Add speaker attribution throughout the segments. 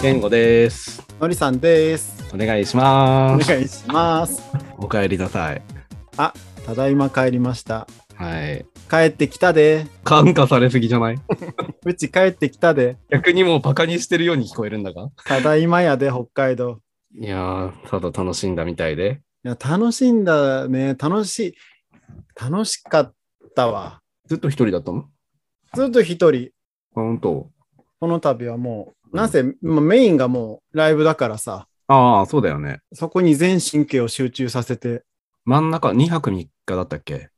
Speaker 1: 健吾です。
Speaker 2: のりさんです。
Speaker 1: お願いし
Speaker 2: お
Speaker 1: ます。
Speaker 2: 願いします。
Speaker 1: お帰りなさい。
Speaker 2: ただいま帰りました。
Speaker 1: はい。
Speaker 2: 帰ってきたで。
Speaker 1: 感化されすぎじゃない
Speaker 2: うち帰ってきたで。
Speaker 1: 逆にもうバカにしてるように聞こえるんだが。
Speaker 2: ただいまやで、北海道。
Speaker 1: いやー、ただ楽しんだみたいで。
Speaker 2: いや、楽しんだね。楽しい。楽しかったわ。
Speaker 1: ずっと一人だったの
Speaker 2: ずっと一人。
Speaker 1: あ、本当
Speaker 2: この度はもう、なんせ、まあメインがもうライブだからさ、
Speaker 1: ああ、そうだよね。
Speaker 2: そこに全神経を集中させて、
Speaker 1: 真ん中2泊3日だったっけ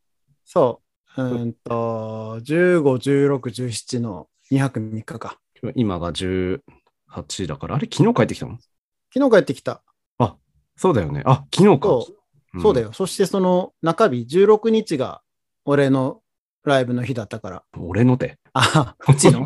Speaker 2: そう、うーんと、15、16、17の2泊3日か。
Speaker 1: 今が18だから。あれ、昨日帰ってきたの
Speaker 2: 昨日帰ってきた。
Speaker 1: そうだよね。あ、昨日か。
Speaker 2: そう。そうだ
Speaker 1: よ。
Speaker 2: よ。そしてその中日、16日が俺のライブの日だったから。
Speaker 1: 俺の手。
Speaker 2: あ、うちの
Speaker 1: い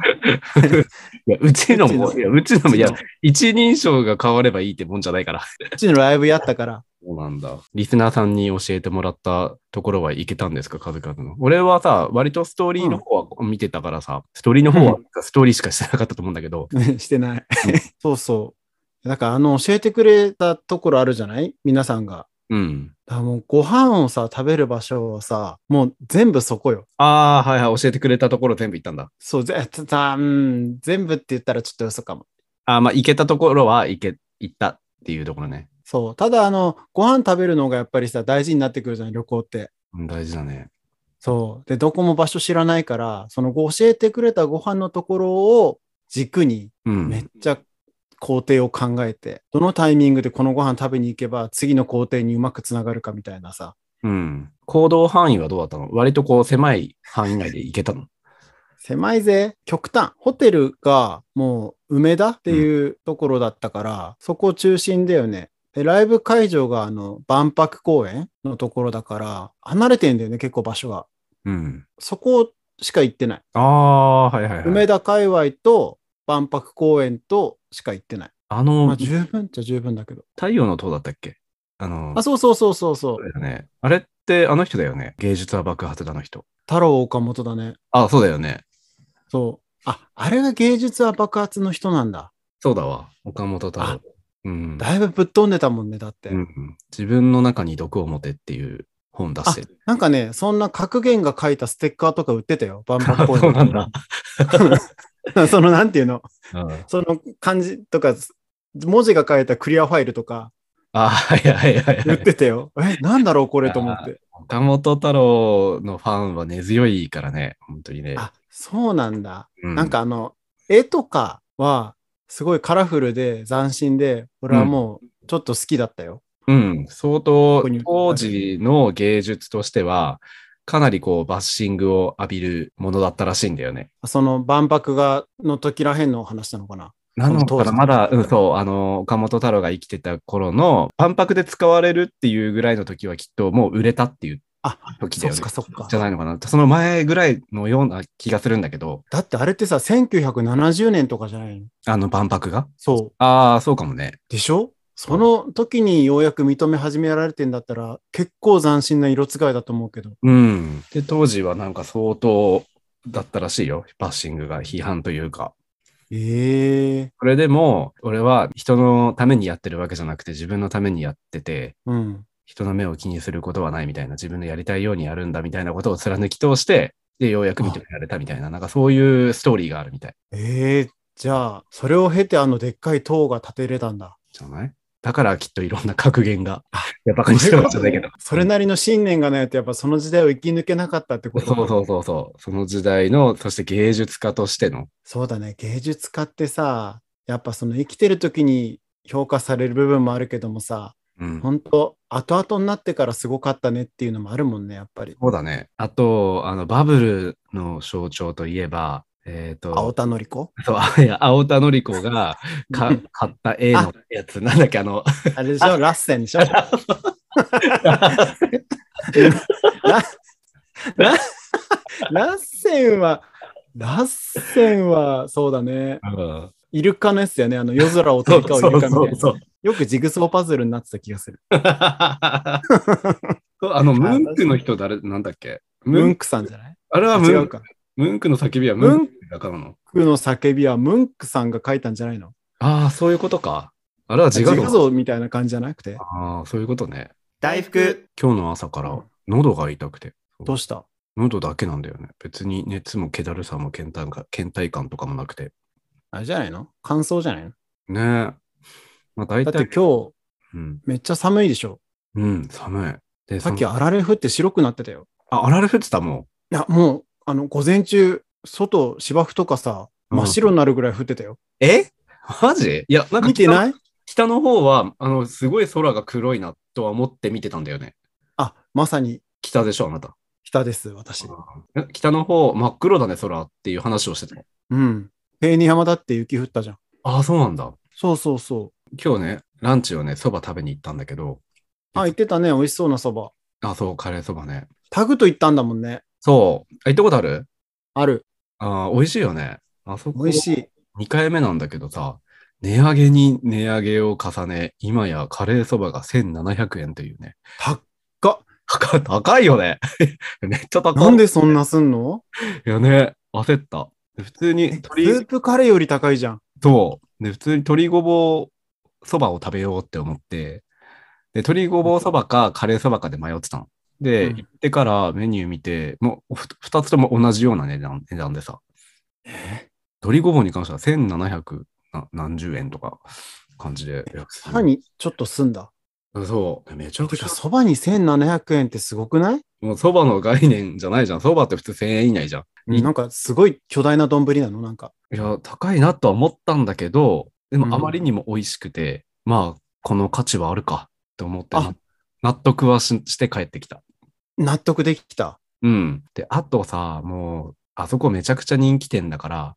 Speaker 1: や、うちのも、
Speaker 2: うち
Speaker 1: いや、うちのも、いや
Speaker 2: うち、
Speaker 1: 一人称が変わればいいってもんじゃないから。
Speaker 2: うちのライブやったから。
Speaker 1: そうなんだ。リスナーさんに教えてもらったところはいけたんですか、数々の。俺はさ、割とストーリーの方は見てたからさ、ストーリーの方はストーリーしかしてなかったと思うんだけど、
Speaker 2: してない。そうそう。だからあの、教えてくれたところあるじゃない皆さんが。
Speaker 1: うん。
Speaker 2: だからもうご飯をさ、食べる場所をさ、もう全部そこよ。
Speaker 1: ああ、はいはい、教えてくれたところ全部行ったんだ。
Speaker 2: そう、ぜたうん、全部って言ったらちょっと嘘かも。
Speaker 1: ああ、まあ、行けたところは行け、行ったっていうところね。
Speaker 2: そう。ただあの、ご飯食べるのがやっぱりさ、大事になってくるじゃん、旅行って。
Speaker 1: うん大事だね。
Speaker 2: そう。で、どこも場所知らないから、そのご教えてくれたご飯のところを軸に、
Speaker 1: うん。
Speaker 2: めっちゃ工程を考えて、どのタイミングでこのご飯食べに行けば、次の工程にうまくつながるかみたいなさ、
Speaker 1: うん。行動範囲はどうだったの割とこう、狭い範囲内で行けたの。
Speaker 2: 狭いぜ、極端。ホテルがもう梅田っていうところだったから、そこ中心だよね。で、ライブ会場があの、万博公園のところだから、離れてんだよね、結構場所が。
Speaker 1: うん。
Speaker 2: そこしか行ってない。
Speaker 1: ああ、はいはいはい。
Speaker 2: 梅田界隈と万博公園としか行ってない。
Speaker 1: あ
Speaker 2: まあ
Speaker 1: の、
Speaker 2: 十分っちゃ十分だけど。
Speaker 1: 太陽の塔だったっけあの、
Speaker 2: あ、そうそうそうそうそう。
Speaker 1: そうだよね。あれってあの人だよね。芸術は爆発だの人。
Speaker 2: 太郎岡本だね。
Speaker 1: あ、そうだよね。
Speaker 2: そう。あ、あれが芸術は爆発の人なんだ。
Speaker 1: そうだわ。岡本太郎。うん、
Speaker 2: だいぶぶっ飛んでたもんね、だって。
Speaker 1: うん自分の中に毒を持てっていう本出してる。
Speaker 2: なんかね、そんな格言が書いたステッカーとか売ってたよ、万博公園。
Speaker 1: そうなんだ。
Speaker 2: その、なんていうの、
Speaker 1: うん
Speaker 2: その漢字とか、文字が書いたクリアファイルとか
Speaker 1: あ、はいはいはいは
Speaker 2: 売っ
Speaker 1: い。
Speaker 2: てたよ。え、なんだろう、これと思って。
Speaker 1: 岡本太郎のファンは根強いからね。本当にね。
Speaker 2: あ、そうなんだ。
Speaker 1: う
Speaker 2: なん、かあの、絵とかは、すごいカラフルで斬新で、俺はもう、ちょっと好きだったよ。
Speaker 1: うん、相当
Speaker 2: こに
Speaker 1: 当時の芸術としては、かなりこうバッシングを浴びるものだったらしいんだよね。
Speaker 2: その万博が、の時らへんのお話なのかな。
Speaker 1: なの
Speaker 2: そ
Speaker 1: かな
Speaker 2: の当時
Speaker 1: まだ、うん、そう、あの、岡本太郎が生きてた頃の、万博で使われるっていうぐらいの時はきっともう売れたっていう
Speaker 2: あ
Speaker 1: 時だよ
Speaker 2: そっ
Speaker 1: ね
Speaker 2: か。そっか
Speaker 1: じ。ゃないのかな。その前ぐらいのような気がするんだけど、
Speaker 2: だってあれってさ、1970年とかじゃないの
Speaker 1: あの万博が。
Speaker 2: そう。
Speaker 1: ああ、そうかもね。
Speaker 2: でしょその時にようやく認め始められてんだったら、結構斬新な色使いだと思うけど。
Speaker 1: うん。で、当時はなんか相当だったらしいよ。バッシングが批判というか。
Speaker 2: ええ
Speaker 1: それでも、俺は人のためにやってるわけじゃなくて、自分のためにやってて、
Speaker 2: うん。
Speaker 1: 人の目を気にすることはないみたいな、自分のやりたいようにやるんだみたいなことを貫き通して、で、ようやく認められたみたいな、なんかそういうストーリーがあるみたい
Speaker 2: ええじゃあ、それを経てあのでっかい塔が建てれたんだ。
Speaker 1: じゃないだからきっといろんな格言が、いや、バカにしてるわけじゃないけど。
Speaker 2: それなりの信念がないと、やっぱその時代を生き抜けなかったってこと
Speaker 1: そうそうそうそう。その時代の、そして芸術家としての。
Speaker 2: そうだね。芸術家ってさ、やっぱその生きてる時に評価される部分もあるけどもさ、
Speaker 1: うん。
Speaker 2: 本当後々になってからすごかったねっていうのもあるもんね、やっぱり。
Speaker 1: そうだね。あと、あの、バブルの象徴といえば、えっ、と、
Speaker 2: 青田のり子
Speaker 1: そう あいや青田のり子が か買った絵のやつ、なんだっけ、あ の、
Speaker 2: あれでしょラッセンでしょラッセンは、ラッセンは、そうだね。
Speaker 1: うん
Speaker 2: イルカのやつだよね。あの、夜空を
Speaker 1: そう
Speaker 2: 飛び
Speaker 1: そう
Speaker 2: 交うイルカみたいな。
Speaker 1: そうそう。
Speaker 2: よくジグソーパズルになってた気がする。
Speaker 1: あの、ムンクの人誰、なんだっけム
Speaker 2: ム
Speaker 1: ン
Speaker 2: ン
Speaker 1: ク、
Speaker 2: クさんじゃない
Speaker 1: あれはム
Speaker 2: 違う
Speaker 1: ンク
Speaker 2: か。
Speaker 1: ムンクの叫びはム
Speaker 2: ム
Speaker 1: ン
Speaker 2: ン
Speaker 1: クだからの。
Speaker 2: クの叫びはムンクさんが書いたんじゃないの
Speaker 1: ああ、そういうことか。あれは自
Speaker 2: 自
Speaker 1: 画像。
Speaker 2: 画像みたいな感じじゃなくて。
Speaker 1: ああ、そういうことね。
Speaker 3: 大福。
Speaker 1: 今日の朝から喉が痛くて。
Speaker 2: どうした
Speaker 1: 喉だけなんだよね。別に熱も気だるさも倦怠感倦怠感とかもなくて。
Speaker 2: あれじゃないの乾燥じゃないの
Speaker 1: ねえ。まあ大
Speaker 2: だって
Speaker 1: 体、
Speaker 2: 今日
Speaker 1: うん、
Speaker 2: めっちゃ寒いでしょ。
Speaker 1: うん、寒い。で、
Speaker 2: さっき
Speaker 1: その
Speaker 2: あられ降って白くなってたよ。
Speaker 1: あ、あられ降ってたもん。
Speaker 2: いや、もう、あの、午前中、外、芝生とかさ、真っ白になるぐらい降ってたよ。
Speaker 1: えマジいや、なんか
Speaker 2: 見て
Speaker 1: 北の
Speaker 2: ない
Speaker 1: 北の方は、あの、すごい空が黒いなとは思って見てたんだよね。
Speaker 2: あ、まさに
Speaker 1: 北でしょ、あなた。
Speaker 2: 北です、私。
Speaker 1: え北の方、真っ黒だね、空っていう話をしてた。
Speaker 2: うん。平ニ浜だって雪降ったじゃん。
Speaker 1: ああ、そうなんだ。
Speaker 2: そうそうそ
Speaker 1: 今日ね、ランチをね、そば食べに行ったんだけど、
Speaker 2: う。あ、言ってたね、美味しそうなそば。
Speaker 1: あ、そう、カレーそばね。
Speaker 2: タグと行ったんだもんね。
Speaker 1: そう。あ行ったことある
Speaker 2: ある。
Speaker 1: あー美味しいよね。あそこ、
Speaker 2: 美味しい。
Speaker 1: 2回目なんだけどさ、値上げに値上げを重ね、今やカレーそばが1700円というね。
Speaker 2: 高っ
Speaker 1: 高高いよね。 めっちゃ高い。
Speaker 2: なんでそんなすんの
Speaker 1: いやね、焦った。で普通に
Speaker 2: ス
Speaker 1: 鶏
Speaker 2: ー、プカレーより高いじゃん。
Speaker 1: そう。で、普通に鶏ごぼうそばを食べようって思って、で、鶏ごぼうそばかカレーそばかで迷ってたの。で、
Speaker 2: うん
Speaker 1: 行ってからメニュー見て、もうふ二つとも同じような値段値段でさ、鶏ごぼうに関しては1700な何十円とか感じで。いや
Speaker 2: さらにちょっとすんだ。
Speaker 1: そう。めちゃく
Speaker 2: て
Speaker 1: ちゃ
Speaker 2: か、。そばに1700円ってすごくない
Speaker 1: もうそばの概念じゃないじゃん。そばって普通1000円以内じゃん。に
Speaker 2: なんかすごい巨大な丼なのなんか。
Speaker 1: いや、高いなとは思ったんだけど、で
Speaker 2: うん
Speaker 1: もあまりにも美味しくて、まあ、この価値はあるかと思って
Speaker 2: あ
Speaker 1: な、納得はしして帰ってきた。
Speaker 2: 納得できた。
Speaker 1: うん。で、あとさ、もう、あそこめちゃくちゃ人気店だから、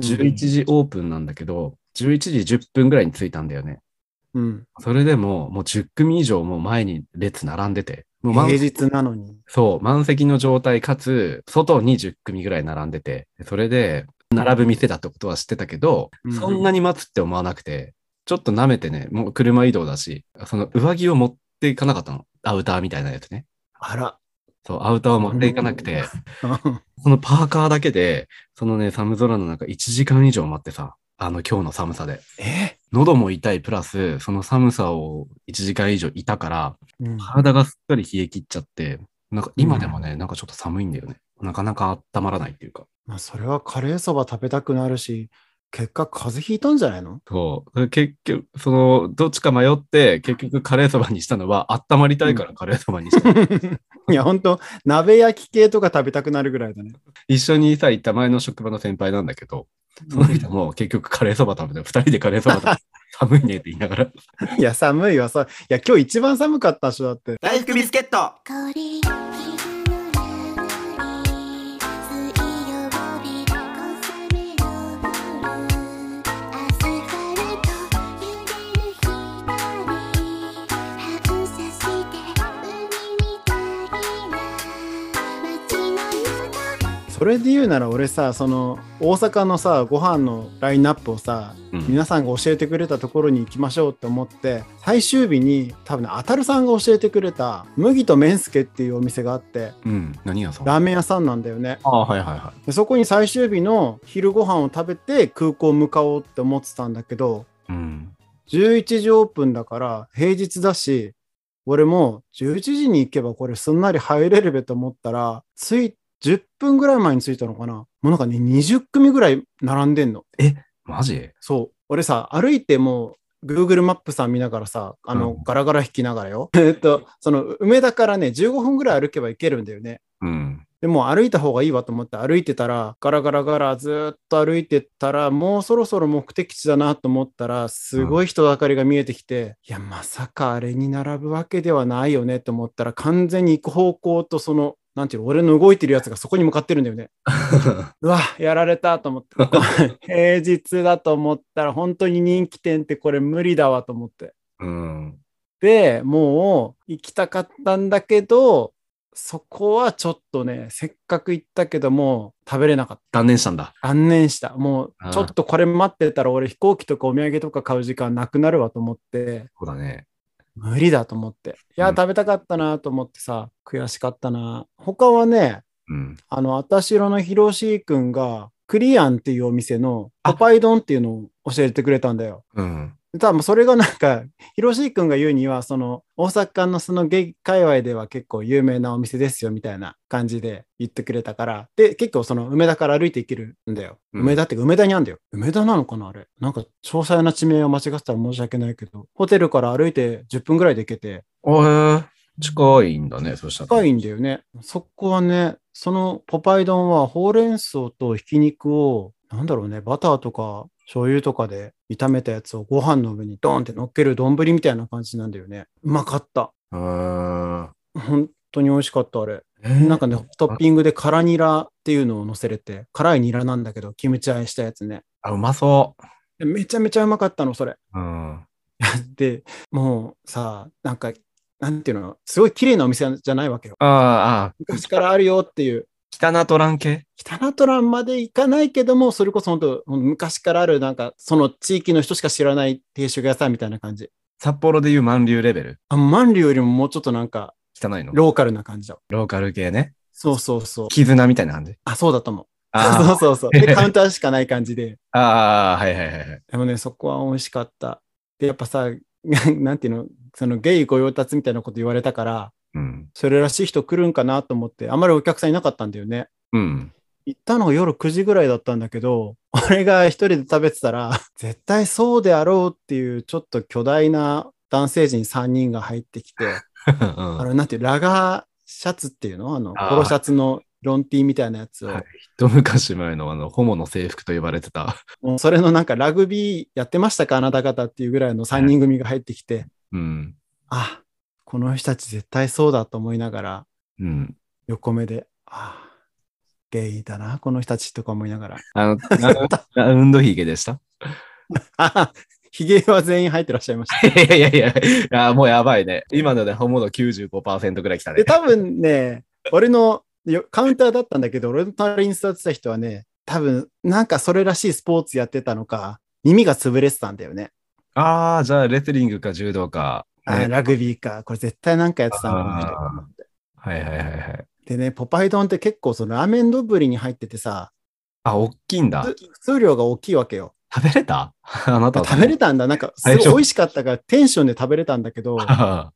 Speaker 1: 11時オープンなんだけど、11時10分ぐらいに着いたんだよね。
Speaker 2: うん。
Speaker 1: それでも、もう10組以上もう前に列並んでて、もう
Speaker 2: 平
Speaker 1: 満
Speaker 2: 日なのに。
Speaker 1: そう、満席の状態かつ、外に10組ぐらい並んでて、それで、並ぶ店だってことは知ってたけど、
Speaker 2: うん
Speaker 1: そんなに待つって思わなくて、ちょっと舐めてね、もう車移動だし、その上着を持っていかなかったの。アウターみたいなやつね。
Speaker 2: あら。
Speaker 1: そう、アウターを持っていかなくて、 このパーカーだけで、そのね、寒空の中1時間以上待ってさ、あの今日の寒さで。
Speaker 2: え、
Speaker 1: 喉も痛いプラス、その寒さを1時間以上いたから、
Speaker 2: うん
Speaker 1: 体がすっかり冷え切っちゃって、なんか今でもね、なんかちょっと寒いんだよね。なかなか温まらないっていうか。
Speaker 2: まあ、それはカレーそば食べたくなるし、結果風邪ひいたんじゃないの
Speaker 1: そう。結局、その、どっちか迷って、結局カレーそばにしたのは、温まりたいからカレーそばにした。
Speaker 2: いや、ほんと、鍋焼き系とか食べたくなるぐらいだね。
Speaker 1: 一緒にさ、行った前の職場の先輩なんだけど、その人も結局カレーそば食べて、二人でカレーそば食べ て、寒いねって言いながら。
Speaker 2: いや、寒いわ。そういや、今日一番寒かった人だって。
Speaker 3: 大福ビスケット。
Speaker 4: 香り「水曜日小雨の夜」「アスファルト揺れる光」「反射して海みたいな街の中」
Speaker 2: それで言うなら俺さ、その、大阪のさ、ご飯のラインナップをさ、
Speaker 1: うん
Speaker 2: 皆さんが教えてくれたところに行きましょうって思って最終日に多分ねあたるさんが教えてくれた麦と麺助っていうお店があって
Speaker 1: うん。何屋さん
Speaker 2: ラーメン屋さんなんだよね
Speaker 1: ああ、はいはいは
Speaker 2: でそこに最終日の昼ご飯を食べて空港向かおうって思ってたんだけど
Speaker 1: い。うん。
Speaker 2: 11時オープンだから平日だし俺も11時に行けばこれすんなり入れるべと思ったらつい10分ぐらい前に着いたのかなもうなんかね20組ぐらい並んでんの
Speaker 1: マジ
Speaker 2: そう。俺さ、歩いてもう、Google マップさん見ながらさ、あの、
Speaker 1: うん
Speaker 2: ガラガラ引きながらよ。 えっと、その、梅田からね、15分ぐらい歩けば行けるんだよね。
Speaker 1: うん。
Speaker 2: でもう歩いた方がいいわと思って歩いてたら、ガラガラガラずーっと歩いてたら、もうそろそろ目的地だなと思ったら、すごい人だかりが見えてきて、いや、まさかあれに並ぶわけではないよねと思ったら、完全に行く方向とその、なんていうの俺の動いてるやつがそこに向かってるんだよね。うわ、やられたと思って。平日だと思ったら、本当に人気店ってこれ無理だわと思って。
Speaker 1: うん。
Speaker 2: で、もう行きたかったんだけど、そこはちょっとね、せっかく行ったけども、食べれなかっ
Speaker 1: 断念したんだ。
Speaker 2: た。断念した。もう
Speaker 1: あ、ー
Speaker 2: ちょっとこれ待ってたら、俺飛行機とかお土産とか買う時間なくなるわと思って、
Speaker 1: そうだね。
Speaker 2: 無理だと思って。いや、
Speaker 1: うん
Speaker 2: 食べたかったなと思ってさ、悔しかったな。他はね、
Speaker 1: うん。
Speaker 2: あの、あたしろのひろしーくんが、クリアンっていうお店の
Speaker 1: あ
Speaker 2: ポパイ丼っていうのを教えてくれたんだよ。
Speaker 1: うん。
Speaker 2: ただもうそれがなんか、ヒロシー君が言うには、その大阪のそのゲイ界隈では結構有名なお店ですよみたいな感じで言ってくれたから、で、結構その梅田から歩いていけるんだよ。
Speaker 1: うん
Speaker 2: 梅田ってか梅田にあるんだよ。梅田なのかなあれ。なんか詳細な地名を間違ってたら申し訳ないけど、ホテルから歩いて10分ぐらいで行けて、
Speaker 1: あえ近いんだね、そしたら。
Speaker 2: 深い
Speaker 1: ん
Speaker 2: んだよね。そこはね、そのポパイ丼はほうれん草とひき肉を、なんだろうね、バターとか醤油とかで炒めたやつをご飯の上にドーンって乗っける丼みたいな感じなんだよね。うまかった。
Speaker 1: だ。
Speaker 2: 本当に美味しかった、あれ。
Speaker 1: えー
Speaker 2: なんかね、トッピングで辛ニラっていうのを乗せれて、辛いニラなんだけど、キムチあえしたやつね。
Speaker 1: あ、うまそ
Speaker 2: でめちゃめちゃうまかったの、それ。
Speaker 1: う。うん。
Speaker 2: で、もうさ、なんか、なんていうの、すごい綺麗なお店じゃないわけよ。
Speaker 1: あーあー、
Speaker 2: 昔からあるよっていう。
Speaker 1: 汚トラン系
Speaker 2: 北ナトランまで行かないけども、それこそ本当、昔からある、なんか、その地域の人しか知らない定食屋さんみたいな感じ。
Speaker 1: 札幌でいう満流レベル。
Speaker 2: あ万流よりももうちょっとなんか、
Speaker 1: 汚いのロ
Speaker 2: ローカルな感じだ。
Speaker 1: ーカル系ね。
Speaker 2: そうそうそう。
Speaker 1: 絆みたいな感じ。
Speaker 2: あ、そうだと思う。そ
Speaker 1: あ
Speaker 2: うそうそう。で、カウンターしかない感じで。
Speaker 1: あ、ああ、はいはいはいはい。
Speaker 2: でもね、そこは美味しかった。で、やっぱさ、 なんていうの、そのゲイ御用達みたいなこと言われたから、
Speaker 1: うん。
Speaker 2: それらしい人来るんかなと思って、あんまりお客さんいなかったんだよね。
Speaker 1: うん。
Speaker 2: 行ったのが夜9時ぐらいだったんだけど、 俺が一人で食べてたら、 絶対そうであろうっていう、ちょっと巨大な男性陣3人が入ってき て、
Speaker 1: うん
Speaker 2: あの、なんていう、ラガーシャツっていうのあの、
Speaker 1: あー
Speaker 2: ポロシャツのロンティーみたいなやつを、
Speaker 1: はい一昔前のあの、ホモの制服と呼ばれてた。
Speaker 2: もうそれのなんかラグビーやってましたかあなた方っていうぐらいの3人組が入ってきて、
Speaker 1: うん。
Speaker 2: あ、この人たち絶対そうだと思いながら、
Speaker 1: うん。
Speaker 2: 横目で、あ、ゲイだな、この人たちとか思いながら。
Speaker 1: あの、 ラウンドヒゲでした
Speaker 2: あ、ヒゲは全員入ってらっしゃいました。
Speaker 1: いやいやいやいや、もうやばいね。今のでホモ度95%ぐらい来たね
Speaker 2: で、。多分ね、俺のよカウンターだったんだけど、俺の隣に座ってた人はね、多分なんかそれらしいスポーツやってたのか、耳が潰れてたんだよね。
Speaker 1: ああ、じゃあレスリングか柔道か。
Speaker 2: あー
Speaker 1: ね
Speaker 2: ラグビーか、これ絶対なんかやってたの
Speaker 1: あ
Speaker 2: か
Speaker 1: はいはいはいはい。
Speaker 2: でね、ポパイ丼って結構そのラーメン丼に入っててさ、
Speaker 1: あ、おっきいんだ。
Speaker 2: 普通量が大きいわけよ。
Speaker 1: 食べれたあなたは
Speaker 2: 食べれたんだ、なんかす
Speaker 1: 大
Speaker 2: ごい
Speaker 1: 丈夫
Speaker 2: 美味しかったからテンションで食べれたんだ けど、
Speaker 1: あ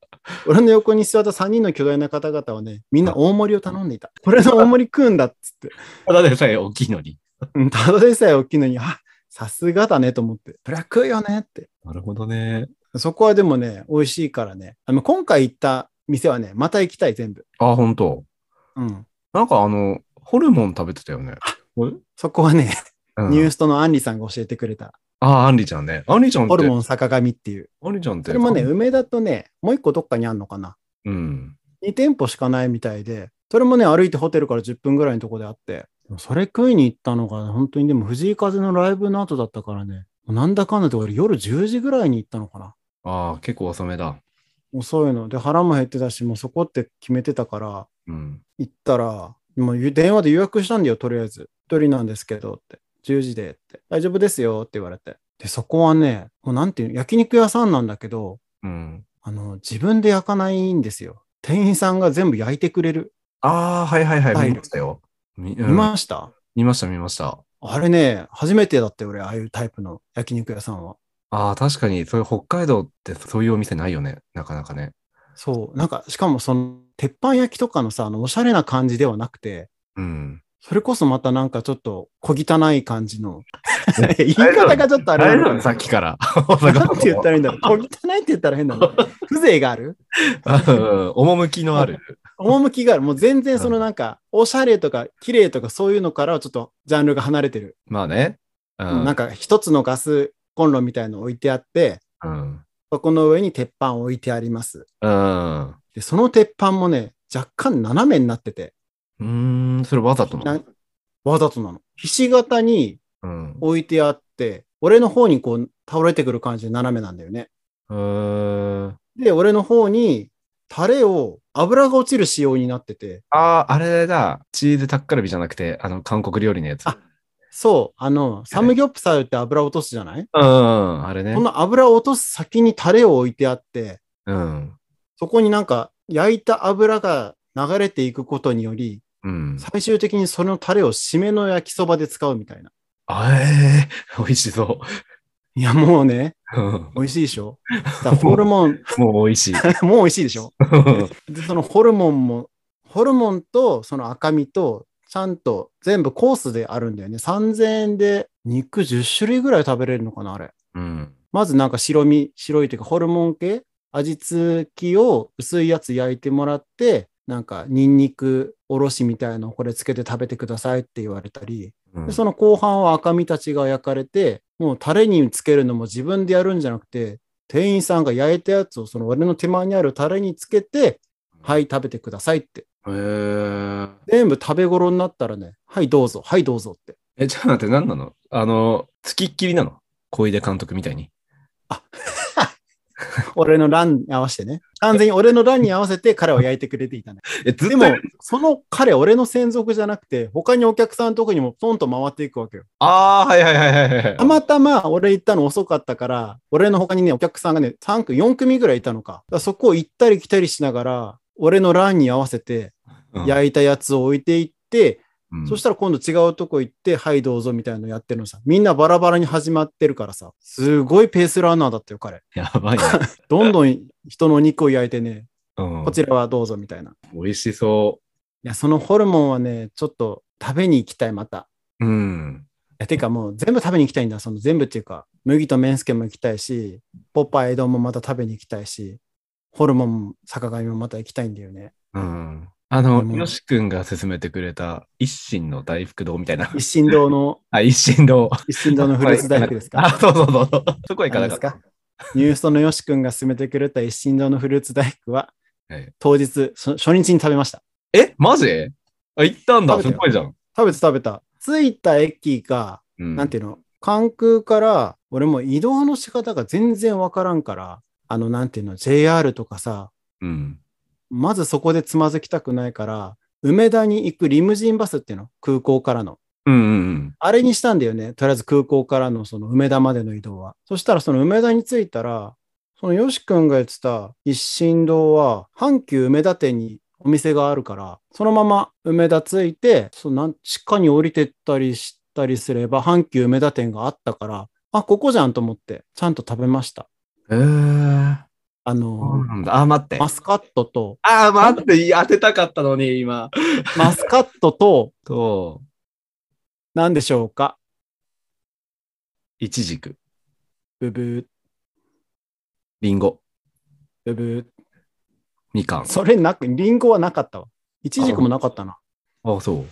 Speaker 2: 俺の横に座った3人の巨大な方々はね、みんな大盛りを頼んでいた。これの大盛り食うんだっつって。
Speaker 1: ただでさえ大きいのに。
Speaker 2: うんただでさえ大きいのに、あさすがだねと思って、ブラックよねって。
Speaker 1: なるほどね。
Speaker 2: そこはでもね、美味しいからね。あの今回行った店はね、また行きたい、全部。
Speaker 1: あ、本当。
Speaker 2: うん。
Speaker 1: なんかあの、ホルモン食べてたよね。
Speaker 2: そこはね、
Speaker 1: うん
Speaker 2: ニューストのアンリさんが教えてくれた、
Speaker 1: ああ、アンリちゃんね。アンリちゃんって。
Speaker 2: ホルモン坂上っていう。
Speaker 1: アンリちゃんって。
Speaker 2: それもね、梅田とね、もう一個どっかにあるのかな。
Speaker 1: うん。
Speaker 2: 2店舗しかないみたいで、それもね、歩いてホテルから10分ぐらいのとこであって、でもそれ食いに行ったのが、本当にでも藤井風のライブの後だったからね、なんだかんだで俺夜10時ぐらいに行ったのかな。
Speaker 1: ああ、結構遅めだ。
Speaker 2: 遅いので腹も減ってたしもうそこって決めてたから
Speaker 1: うん。
Speaker 2: 行ったらもう電話で予約したんだよとりあえず一人なんですけどって10時でって大丈夫ですよって言われてでそこはねもうなんていうの焼肉屋さんなんだけど
Speaker 1: うん。
Speaker 2: あの自分で焼かないんですよ店員さんが全部焼いてくれる、
Speaker 1: ああ、はいはいは
Speaker 2: は
Speaker 1: い。
Speaker 2: い
Speaker 1: 見ましたよ。みうん
Speaker 2: 見ました
Speaker 1: 見ました見ました。
Speaker 2: あれね初めてだって俺ああいうタイプの焼肉屋さんは
Speaker 1: ああ、確かに、そういう北海道ってそういうお店ないよね。なかなかね。
Speaker 2: そうなんかしかもその鉄板焼きとかのさあのおしゃれな感じではなくて
Speaker 1: うん。
Speaker 2: それこそまたなんかちょっと小汚い感じ の。言い方がちょっとあ
Speaker 1: あ
Speaker 2: れ
Speaker 1: れだ
Speaker 2: なのか
Speaker 1: よ
Speaker 2: な
Speaker 1: ね、さっきから。
Speaker 2: なんて言ったらいいんだろう。小汚いって言ったら変だな。風情がある
Speaker 1: うん趣のある。
Speaker 2: 趣がある。もう全然そのなんか、おしゃれとか綺麗とかそういうのからはちょっとジャンルが離れてる。
Speaker 1: まあね。う
Speaker 2: なんか一つのガスコンロみたいの置いてあって、
Speaker 1: うん。
Speaker 2: そこの上に鉄板置いてあります。
Speaker 1: うん。う
Speaker 2: で、その鉄板もね、若干斜めになってて、
Speaker 1: ーん、それわざとな
Speaker 2: な
Speaker 1: の。
Speaker 2: わざとなの。ひし形に
Speaker 1: うん。
Speaker 2: 置いてあって、俺の方にこう倒れてくる感じで斜めなんだよね。
Speaker 1: えー、
Speaker 2: で、俺の方に、タレを、油が落ちる仕様になってて、
Speaker 1: ああ、あれだ。チーズタッカルビじゃなくて、あの、韓国料理のやつ。
Speaker 2: あそう、あの、サムギョプサルって油落とすじゃない
Speaker 1: うん、あれね
Speaker 2: こ。の油を落とす先にタレを置いてあって、
Speaker 1: うん。
Speaker 2: そこになんか、焼いた油が流れていくことにより、
Speaker 1: うん。
Speaker 2: 最終的にそのタレを締めの焼きそばで使うみたいな。
Speaker 1: あえー、 美味しそ
Speaker 2: いや、もうね、
Speaker 1: う。うん
Speaker 2: 美味しいでしょだからホルモン、
Speaker 1: もう美味しい。
Speaker 2: もう美味しいでしょで、そのホルモンも、ホルモンとその赤身と、ちゃんと全部コースであるんだよね。3000円で肉10種類ぐらい食べれるのかな、あれ。
Speaker 1: うん。
Speaker 2: まずなんか白身、白いというかホルモン系、味付きを薄いやつ焼いてもらって、なんかニンニクおろしみたいのをこれつけて食べてくださいって言われたり、
Speaker 1: うん
Speaker 2: でその後半は赤身たちが焼かれて、もうタレにつけるのも自分でやるんじゃなくて、店員さんが焼いたやつをその俺の手前にあるタレにつけて、はい、食べてくださいって。
Speaker 1: えー、
Speaker 2: 全部食べ頃になったらね、はい、どうぞ、はい、どうぞって。
Speaker 1: え、ちょっと待って、何なのあの、付きっきりなの小出監督みたいに。
Speaker 2: 俺の欄に合わせてね。完全に俺の欄に合わせて彼は焼いてくれていたね。
Speaker 1: え、ずっ
Speaker 2: で
Speaker 1: と
Speaker 2: も、その彼、俺の専属じゃなくて、他にお客さんのとこにもトンと回っていくわけよ。
Speaker 1: ああ、はいはいはいはいはい。
Speaker 2: たまたま俺行ったの遅かったから、俺の他にね、お客さんがね、3組、4組ぐらいいたのか。だからそこを行ったり来たりしながら、俺の欄に合わせて、
Speaker 1: うん、
Speaker 2: 焼いたやつを置いていって、
Speaker 1: うん
Speaker 2: そしたら今度違うとこ行って、はい、どうぞみたいなのやってるのさ。みんなバラバラに始まってるからさ、すごいペースランナーだったよ、彼。
Speaker 1: やば いね。
Speaker 2: どんどん人のお肉を焼いてね、
Speaker 1: うん
Speaker 2: こちらはどうぞみたいな。
Speaker 1: 美味しそ
Speaker 2: いや、そのホルモンはね、ちょっと食べに行きたい、また。
Speaker 1: う。うん。
Speaker 2: いやてかもう全部食べに行きたいんだ。その全部っていうか、麦と麺助も行きたいし、ポパイ丼もまた食べに行きたいし、ホルモンも坂上もまた行きたいんだ よね。
Speaker 1: うん。あ
Speaker 2: で
Speaker 1: の、
Speaker 2: も
Speaker 1: よし君が勧めてくれた一心の大福堂みたいな。
Speaker 2: 一心堂の、
Speaker 1: あ、一心堂。
Speaker 2: 一心堂のフルーツ大福です
Speaker 1: あ、
Speaker 2: か
Speaker 1: そうそうそうそう。そこは行か
Speaker 2: 何
Speaker 1: な
Speaker 2: で
Speaker 1: かっ
Speaker 2: す
Speaker 1: た
Speaker 2: か。ニューストのよし君が勧めてくれた一心堂のフルーツ大福は、
Speaker 1: はい
Speaker 2: 当日、そ初日に食べました。
Speaker 1: え、マジあ、行ったんだ。
Speaker 2: 食べ
Speaker 1: す
Speaker 2: たよ
Speaker 1: ごいじゃん。
Speaker 2: 食べた食べた。着いた駅が、
Speaker 1: うん
Speaker 2: なんていうの、関空から、俺も移動の仕方が全然わからんから、あの、なんていうの、JR とかさ、
Speaker 1: うん。
Speaker 2: まずそこでつまずきたくないから、梅田に行くリムジンバスっていうの、空港からの。
Speaker 1: うんうんうん。
Speaker 2: あれにしたんだよね。とりあえず空港からのその梅田までの移動は。そしたらその梅田に着いたら、そのよし君が言ってた一心堂は、阪急梅田店にお店があるから、そのまま梅田着いて、そのなん地下に降りてったりしたりすれば、阪急梅田店があったから、あ、ここじゃんと思って、ちゃんと食べました。
Speaker 1: えー。
Speaker 2: あ
Speaker 1: そう
Speaker 2: の、
Speaker 1: なんだ。あ、待って。
Speaker 2: マスカットと、
Speaker 1: あー、待って。当てたかったのに、今。
Speaker 2: マスカットと、
Speaker 1: と、
Speaker 2: 何でしょうか
Speaker 1: いちじく、
Speaker 2: ブブー、
Speaker 1: りんご、
Speaker 2: ブブ
Speaker 1: みかん。
Speaker 2: ー。それなく、リンゴはなかったわ。イチジクもなかったな。
Speaker 1: あ、そう。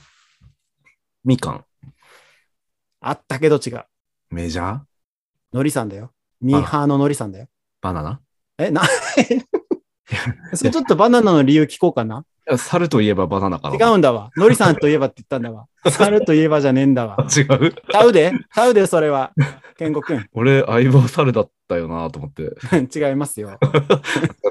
Speaker 1: みかん。
Speaker 2: あったけど違う。
Speaker 1: メジャー
Speaker 2: のりさんだよ。ミーハーののりさんだよ。
Speaker 1: バナナ
Speaker 2: え、な、それちょっとバナナの理由聞こうかな。
Speaker 1: いや猿といえばバナナかな。
Speaker 2: 違うんだわ。のりさんといえばって言ったんだわ。猿といえばじゃねえんだわ。
Speaker 1: 違う
Speaker 2: ちゃうで、ちゃうで、それは。健吾くん、
Speaker 1: 俺、相棒猿だったよなと思って。
Speaker 2: 違いますよ。
Speaker 1: だっ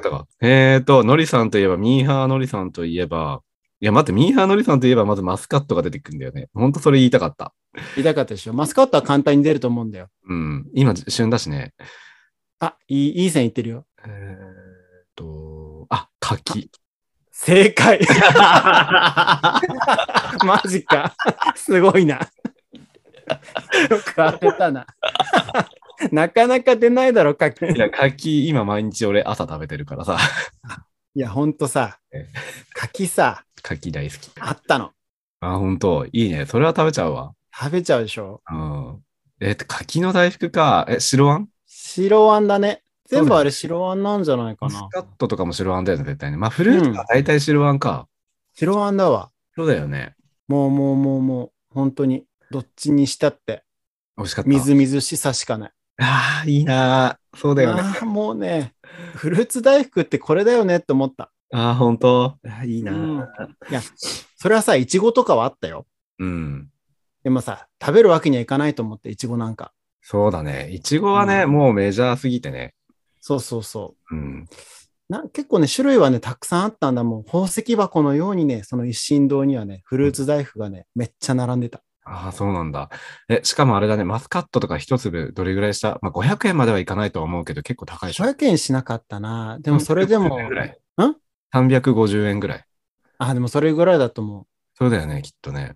Speaker 1: たかえーと、ノリさんといえば、ミーハーノリさんといえば、いや、待って、ミーハーノリさんといえば、まずマスカットが出てくるんだよね。ほんとそれ言いたかった。
Speaker 2: 痛かったでしょ。マスカットは簡単に出ると思うんだよ。
Speaker 1: うん。今、旬だしね。
Speaker 2: あ、いい、いい線いってるよ。
Speaker 1: えーと、あ、柿。
Speaker 2: 正解。 マジか。すごいな。よく当てたな。なかなか出ないだろ、かけ
Speaker 1: い。や、柿、今毎日俺朝食べてるからさ、
Speaker 2: いや、ほんとさ
Speaker 1: え、
Speaker 2: 柿さ、
Speaker 1: 柿大好き。
Speaker 2: あったの。
Speaker 1: あ、ほんと、いいね。それは食べちゃうわ。
Speaker 2: 食べちゃうでしょ。
Speaker 1: うん。えーと、柿の大福か。え、白あん
Speaker 2: 白あんだね。全部あれ白あんなんじゃないか
Speaker 1: マス
Speaker 2: な。
Speaker 1: カットとかも白あんだよね、絶対ね。まあ、フルーツは大体白あんか。
Speaker 2: 白あんだわ。
Speaker 1: そうだよね。
Speaker 2: もうもうもうもう、本当に。どっちにしたって、
Speaker 1: 美味しかった。
Speaker 2: みずみずしさしかない。
Speaker 1: ああ、いいなーそうだよね。
Speaker 2: あーもうね、フルーツ大福ってこれだよねって思った。
Speaker 1: ああ、本当あーいいな
Speaker 2: うん
Speaker 1: ー
Speaker 2: いや、それはさ、いちごとかはあったよ。
Speaker 1: うん。
Speaker 2: でもさ、食べるわけにはいかないと思って、いちごなんか。
Speaker 1: そうだね。いちごはね、
Speaker 2: うん
Speaker 1: もうメジャーすぎてね。
Speaker 2: そうそうそ
Speaker 1: うん。
Speaker 2: う。な結構ね、種類はね、たくさんあったんだもん。宝石箱のようにね、その一心堂にはね、フルーツ大福がね、めっちゃ並んでた。
Speaker 1: ああ、そうなんだ。え、しかもあれだね、マスカットとか一粒どれぐらいしたまあ、500円まではいかないとは思うけど、結構高いでしょ。
Speaker 2: 500円しなかったな。でもそれでも
Speaker 1: 350円ぐ、らい
Speaker 2: ん
Speaker 1: ?350 円ぐらい。
Speaker 2: あ、でもそれぐらいだと思う。
Speaker 1: そうだよね、きっとね。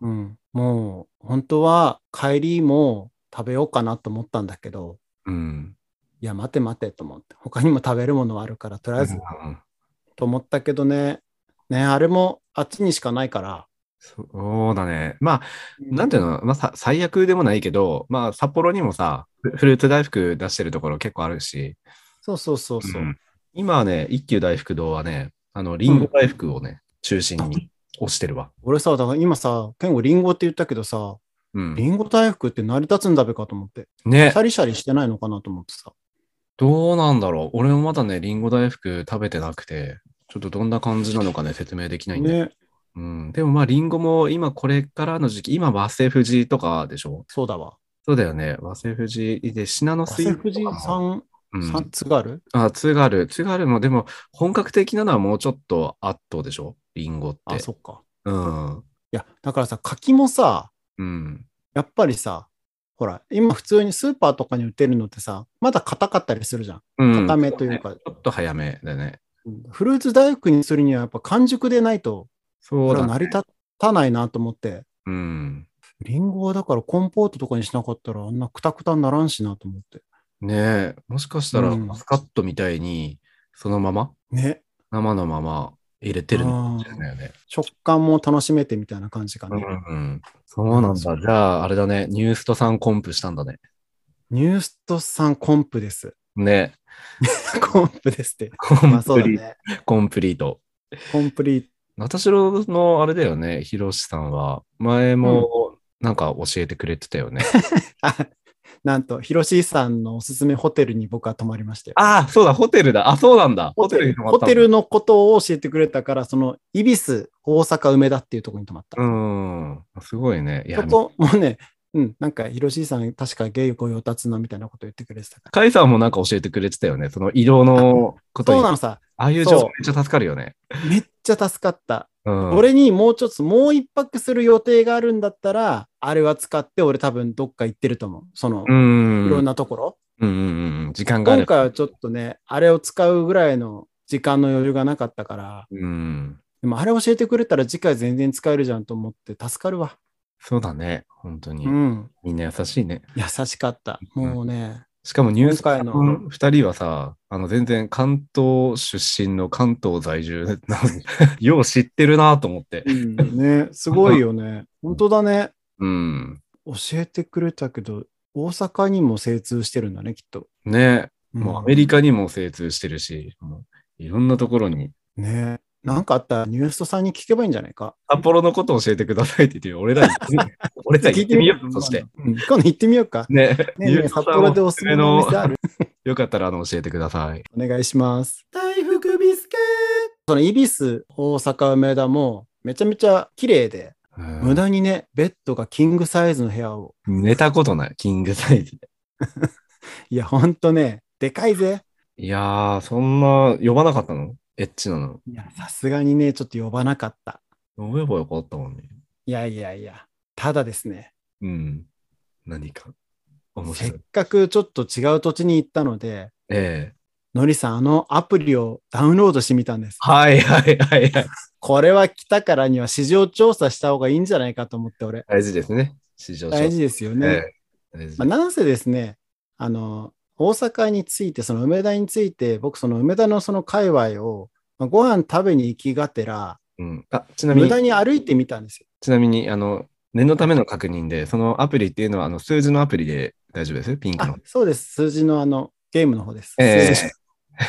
Speaker 2: うん。もう、本当は帰りも食べようかなと思ったんだけど、
Speaker 1: うん。
Speaker 2: いや、待て待てと思って、他にも食べるものはあるから、とりあえず
Speaker 1: うん
Speaker 2: と思ったけどね、ね、あれもあっちにしかないから。
Speaker 1: そうだね。まあ、なんていうの、まあ、さ最悪でもないけど、まあ、札幌にもさ、フフルーツ大福出してるところ結構あるし、
Speaker 2: そうそうそうそう。
Speaker 1: うん今はね、一休大福堂はね、あの、リンゴ大福をね、中心に推してるわ。
Speaker 2: 俺さ、だから今さ、ケンゴリンゴって言ったけどさ、
Speaker 1: うん。
Speaker 2: リンゴ大福って成り立つんだべかと思って、シ
Speaker 1: ね、
Speaker 2: ャリシャリしてないのかなと思ってさ。
Speaker 1: どうなんだろう。俺もまだね、リンゴ大福食べてなくて、ちょっとどんな感じなのかね、説明できないんだけど
Speaker 2: ね、
Speaker 1: うん、でもまあ、リンゴも今これからの時期、今和製富士とかでしょ
Speaker 2: そうだわ。
Speaker 1: そうだよね。和製富士で、信濃
Speaker 2: 和
Speaker 1: 水
Speaker 2: 製富士さん、
Speaker 1: うん
Speaker 2: さん、津軽
Speaker 1: あ、津軽。津軽もでも本格的なのはもうちょっと後でしょリンゴって。
Speaker 2: あ、そっか。
Speaker 1: うん。
Speaker 2: いや、だからさ、柿もさ、
Speaker 1: うん。
Speaker 2: やっぱりさ、ほら、今普通にスーパーとかに売ってるのってさ、まだ硬かったりするじゃん。
Speaker 1: うん。
Speaker 2: 硬めというか、
Speaker 1: ちょっと早めだね。
Speaker 2: フルーツ大福にするにはやっぱ完熟でないと、
Speaker 1: そう
Speaker 2: これ
Speaker 1: だ
Speaker 2: は
Speaker 1: ね。
Speaker 2: 成り立たないなと思って、
Speaker 1: うん。
Speaker 2: リンゴはだからコンポートとかにしなかったらあんなクタクタにならんしなと思って。
Speaker 1: ねえ。もしかしたら
Speaker 2: うん
Speaker 1: マスカットみたいに、そのまま、
Speaker 2: ね。
Speaker 1: 生のまま入れてるのかもしれないよね。
Speaker 2: 食感も楽しめてみたいな感じか
Speaker 1: う
Speaker 2: な。
Speaker 1: んうん。そうなんだ。じゃあ、あれだね。ニューストさんコンプしたんだね。
Speaker 2: ニューストさんコンプです。
Speaker 1: ね。
Speaker 2: コンプですって。
Speaker 1: コ
Speaker 2: まあ
Speaker 1: ン
Speaker 2: そ
Speaker 1: プ
Speaker 2: うだ
Speaker 1: リ,、
Speaker 2: ね。
Speaker 1: コンプリート。
Speaker 2: コンプリート。
Speaker 1: 私ののあれだよね、ひろしさんは、前もなんか教えてくれてたよね。
Speaker 2: あなんと、ヒロシさんのおすすめホテルに僕は泊まりましたよ。
Speaker 1: ああ、そうだ、ホテルだ。あ、そうなんだ。ホテルに泊まっ
Speaker 2: ホ
Speaker 1: た
Speaker 2: テルのことを教えてくれたから、その、イビス大阪梅田っていうところに泊まった。
Speaker 1: うん。すごいね。いや
Speaker 2: そ、こもね、うん、なんか、ヒロシさん確か芸ご用達なみたいなこと言ってくれてたから。
Speaker 1: カイさんもなんか教えてくれてたよね。その移動のこと
Speaker 2: そ
Speaker 1: に。
Speaker 2: うな
Speaker 1: あ
Speaker 2: のさ、
Speaker 1: あいう情報めっちゃ助かるよね。
Speaker 2: めっちゃ助かった。
Speaker 1: うん。
Speaker 2: 俺にもうちょっと、もう一泊する予定があるんだったら、あれは使って俺多分どっか行ってると思う。その
Speaker 1: う、ん。
Speaker 2: いろん
Speaker 1: な。
Speaker 2: なところ。
Speaker 1: うんうんうん。時間があ
Speaker 2: 今
Speaker 1: る。
Speaker 2: 回はちょっとね、あれを使うぐらいの時間の余裕がなかったから、
Speaker 1: うん。
Speaker 2: でもあれ教えてくれたら次回全然使えるじゃんと思って助かるわ。
Speaker 1: そうだね。本当に
Speaker 2: う。ん。
Speaker 1: みんな優しいね。
Speaker 2: 優しかった。もうね、
Speaker 1: しかもニュース
Speaker 2: 今回の
Speaker 1: 2人はさ、あの全然関東出身の関東在住 なのに、よう知ってるなと思って。
Speaker 2: うん、ね、すごいよね。本当だね。
Speaker 1: うん。
Speaker 2: 教えてくれたけど、大阪にも精通してるんだね、きっと。
Speaker 1: ね、もうアメ
Speaker 2: リ
Speaker 1: リカにも精通してるし、もういろんなところに、
Speaker 2: カ。ね。なんかあったらニューストさんに聞けばいいんじゃないか。
Speaker 1: 札幌のことを教えてくださいって言って、俺ら に、俺ら行ってみよう、そして。
Speaker 2: うん今度行ってみようか。
Speaker 1: ね、
Speaker 2: ねえねえ札幌でおすすめのお店ある。
Speaker 1: よかったらあの教えてください。
Speaker 2: お願いします。大福ビスケそのイビス大阪梅田もめちゃめちゃ綺麗で、
Speaker 1: うん
Speaker 2: 無駄にね、ベッドがキングサイズの部屋を。
Speaker 1: 寝たことない、キングサイズで。
Speaker 2: いや、ほんとね、でかいぜ。
Speaker 1: いやー、そんな呼ばなかったのエッチなの。
Speaker 2: いや、さすがにね、ちょっと呼ばなかった。
Speaker 1: 呼べばよかったもんね。
Speaker 2: いやいやいや、ただですね、
Speaker 1: うん。何か。面
Speaker 2: せ
Speaker 1: 白
Speaker 2: っ
Speaker 1: い。
Speaker 2: かくちょっと違う土地に行ったので、
Speaker 1: ええ
Speaker 2: のりさん、あのアプリをダウンロードしてみたんです。
Speaker 1: はいはいはいはい。
Speaker 2: これは来たからには市場調査した方がいいんじゃないかと思って、俺。
Speaker 1: 大事ですね。市場調査
Speaker 2: 大事ですよね。
Speaker 1: ええ大事
Speaker 2: まあ、なんせですね、あの、大阪について、その梅田について、僕、その梅田のその界隈を、まあ、ご飯食べに行きがてら、
Speaker 1: うん、あちなみ
Speaker 2: 無
Speaker 1: に
Speaker 2: 駄、に歩いてみたんですよ。
Speaker 1: ちなみに、あの、念のための確認で、そのアプリっていうのは、あの、数字のアプリで大丈夫ですピンク
Speaker 2: あ
Speaker 1: の。、
Speaker 2: そうです。数字のあの、ゲームの方です。
Speaker 1: ええ
Speaker 2: 数字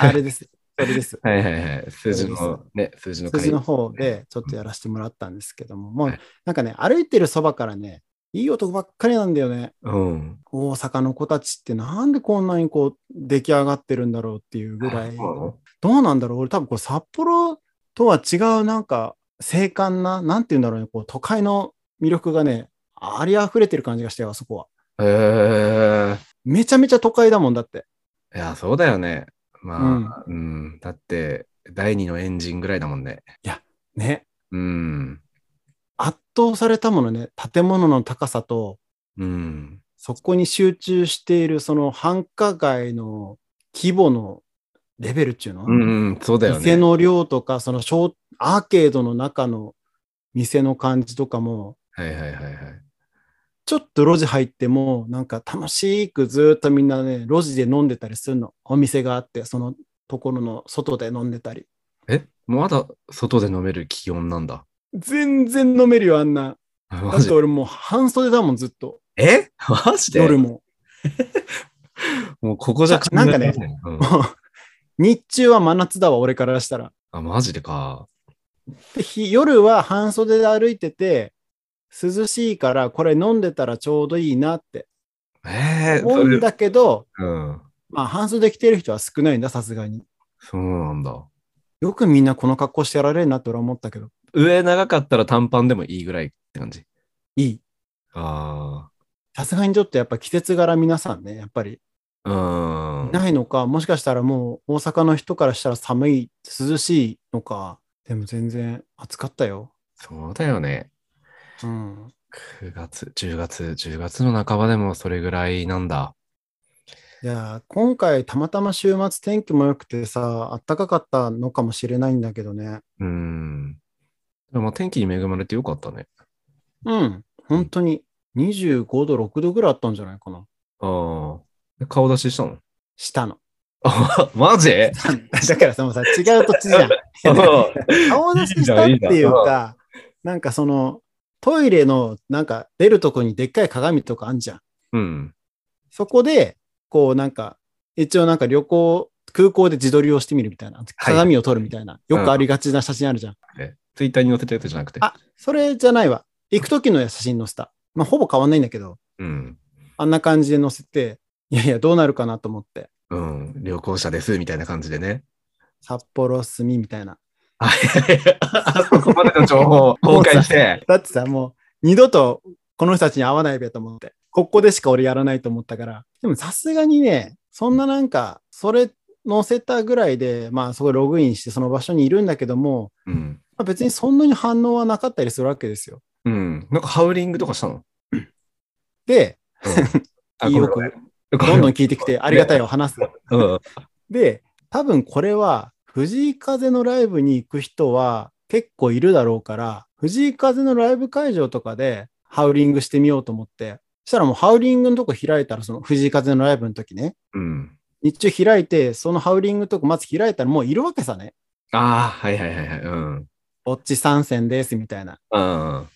Speaker 2: あれです。それで す。
Speaker 1: はいはいはい。数字
Speaker 2: そうで
Speaker 1: の、ね、数字の
Speaker 2: 数字の
Speaker 1: 回。
Speaker 2: 方でちょっとやらせてもらったんですけども、も
Speaker 1: は
Speaker 2: う
Speaker 1: い
Speaker 2: なんかね、歩いてるそばからね、いい男ばっかりなんだよね。
Speaker 1: うん。
Speaker 2: 大阪の子たちってなんでこんなにこう出来上がってるんだろうっていうぐらい、ど
Speaker 1: そう
Speaker 2: なんだろう俺多分こう札幌とは違うなんか静観な、なんて言うんだろうね、こう都会の魅力がね、あり溢れてる感じがしたよ、あそこは。
Speaker 1: うなのへ
Speaker 2: めちゃめちゃ都会だもんだって。
Speaker 1: えいや、そうだよね。まあ、うん、だって、第二のエンジンぐらいだもんね。
Speaker 2: ね。
Speaker 1: うん。
Speaker 2: 圧倒されたものね、建物の高さと、
Speaker 1: うん。
Speaker 2: そこに集中しているその繁華街の規模のレベルっていうの、
Speaker 1: うん、うんそうだよね。
Speaker 2: 店の量とか、そのショーアーケードの中の店の感じとかも、
Speaker 1: はいはいはいはい。
Speaker 2: ちょっと路地入っても、なんか楽しくずーっとみんなね、路地で飲んでたりするの。お店があって、そのところの外で飲んでたり。
Speaker 1: えまだ外で飲める気温なんだ。
Speaker 2: 全然飲めるよ、あんな。
Speaker 1: あ
Speaker 2: だ
Speaker 1: マ
Speaker 2: っ
Speaker 1: ジ
Speaker 2: て俺もう半袖だもん、ずっと。
Speaker 1: えマジで
Speaker 2: 夜も。
Speaker 1: もうここじゃ
Speaker 2: ななんかね
Speaker 1: 考えられないうん
Speaker 2: もう日中は真夏だわ、俺からしたら。
Speaker 1: あ、マジでか。
Speaker 2: で日夜は半袖で歩いてて、涼しいから、これ飲んでたらちょうどいいなって
Speaker 1: ええ
Speaker 2: 思うんだけど、
Speaker 1: うん。
Speaker 2: まあ、半袖着てる人は少ないんだ、さすがに。
Speaker 1: そうなんだ。
Speaker 2: よくみんなこの格好してやられるなって俺は思ったけど、
Speaker 1: 上長かったら短パンでもいいぐらいって感じ。
Speaker 2: いい。
Speaker 1: あ
Speaker 2: さすがにちょっとやっぱ季節柄皆さんね、やっぱり
Speaker 1: あ。うん。
Speaker 2: ないのか、もしかしたらもう大阪の人からしたら寒い、涼しいのか、でも全然暑かったよ。
Speaker 1: そうだよね。
Speaker 2: うん。
Speaker 1: 9月、10月、10月の半ばでもそれぐらいなんだ。
Speaker 2: いやー、今回たまたま週末天気も良くてさ、暖かかったのかもしれないんだけどね。
Speaker 1: うん。でもまあ天気に恵まれてよかったね。
Speaker 2: うん。本当に25度、6度ぐらいあったんじゃないかな。
Speaker 1: ああ。顔出ししたの
Speaker 2: したの。
Speaker 1: あ、マジ
Speaker 2: だからさ、もうさ、違う土地じゃん。顔出ししたっていうか、なんかその、トイレの、なんか出るとこにでっかい鏡とかあんじゃん。
Speaker 1: うん。
Speaker 2: そこで、こうなんか、一応なんか旅行、空港で自撮りをしてみるみたいな、鏡を撮るみたいな、
Speaker 1: うん
Speaker 2: よくありがちな写真あるじゃん。
Speaker 1: えツイッターに載せたやつじゃなくて。
Speaker 2: あ、それじゃないわ。行く時の写真載せた。まあ、ほぼ変わんないんだけど、
Speaker 1: うん。
Speaker 2: あんな感じで載せて、いやいや、どうなるかなと思って、
Speaker 1: うん。旅行者です、みたいな感じでね。
Speaker 2: 札幌住みみたいな。
Speaker 1: あ、そこまでの情 報を公開して。
Speaker 2: だってさ、もう二度とこの人たちに会わないべと思って、ここでしか俺やらないと思ったから、でもさすがにね、そんななんか、それ載せたぐらいで、まあそこログインしてその場所にいるんだけども、
Speaker 1: うん。
Speaker 2: まあ、別にそんなに反応はなかったりするわけですよ。
Speaker 1: うん。なんかハウリングとかしたの
Speaker 2: で、いいよ、
Speaker 1: ごめん
Speaker 2: どんどん聞いてきて、ありがたいを話す。
Speaker 1: うん。
Speaker 2: で、多分これは、藤井風のライブに行く人は結構いるだろうから、藤井風のライブ会場とかでハウリングしてみようと思って、そしたらもうハウリングのとこ開いたら、その藤井風のライブの時ね、
Speaker 1: うん。
Speaker 2: 日中開いて、そのハウリングとこまず開いたらもういるわけさね。
Speaker 1: ああ、はいはいはいはい。うん。
Speaker 2: ぼっち参戦ですみたいな。
Speaker 1: うん。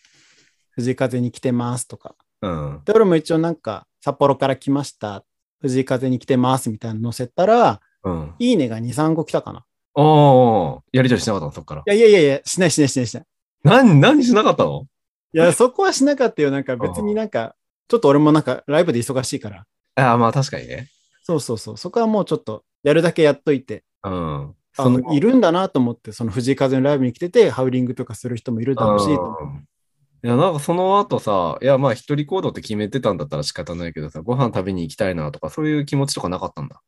Speaker 2: 藤井風に来てますとか。
Speaker 1: うん。
Speaker 2: で、俺も一応なんか、札幌から来ました。藤井風に来てますみたいなの載せたら、
Speaker 1: うん。
Speaker 2: いいねが2、3個来たかな。
Speaker 1: おー、やりとりしなかったの、そっから。
Speaker 2: いやいやいやいや、しないしないしないしない。
Speaker 1: 何、何しなかったの
Speaker 2: いや、そこはしなかったよ。なんか別になんか、ちょっと俺もなんかライブで忙しいから。
Speaker 1: ああ、まあ確かにね。
Speaker 2: そうそうそう。そこはもうちょっとやるだけやっといて。
Speaker 1: うん。
Speaker 2: あのいるんだなと思って、その藤井風のライブに来てて、ハウリングとかする人もいるだろうし、と
Speaker 1: うんいや、なんかその後さ、いや、まあ一人行動って決めてたんだったら仕方ないけどさ、ご飯食べに行きたいなとか、そういう気持ちとかなかったんだ。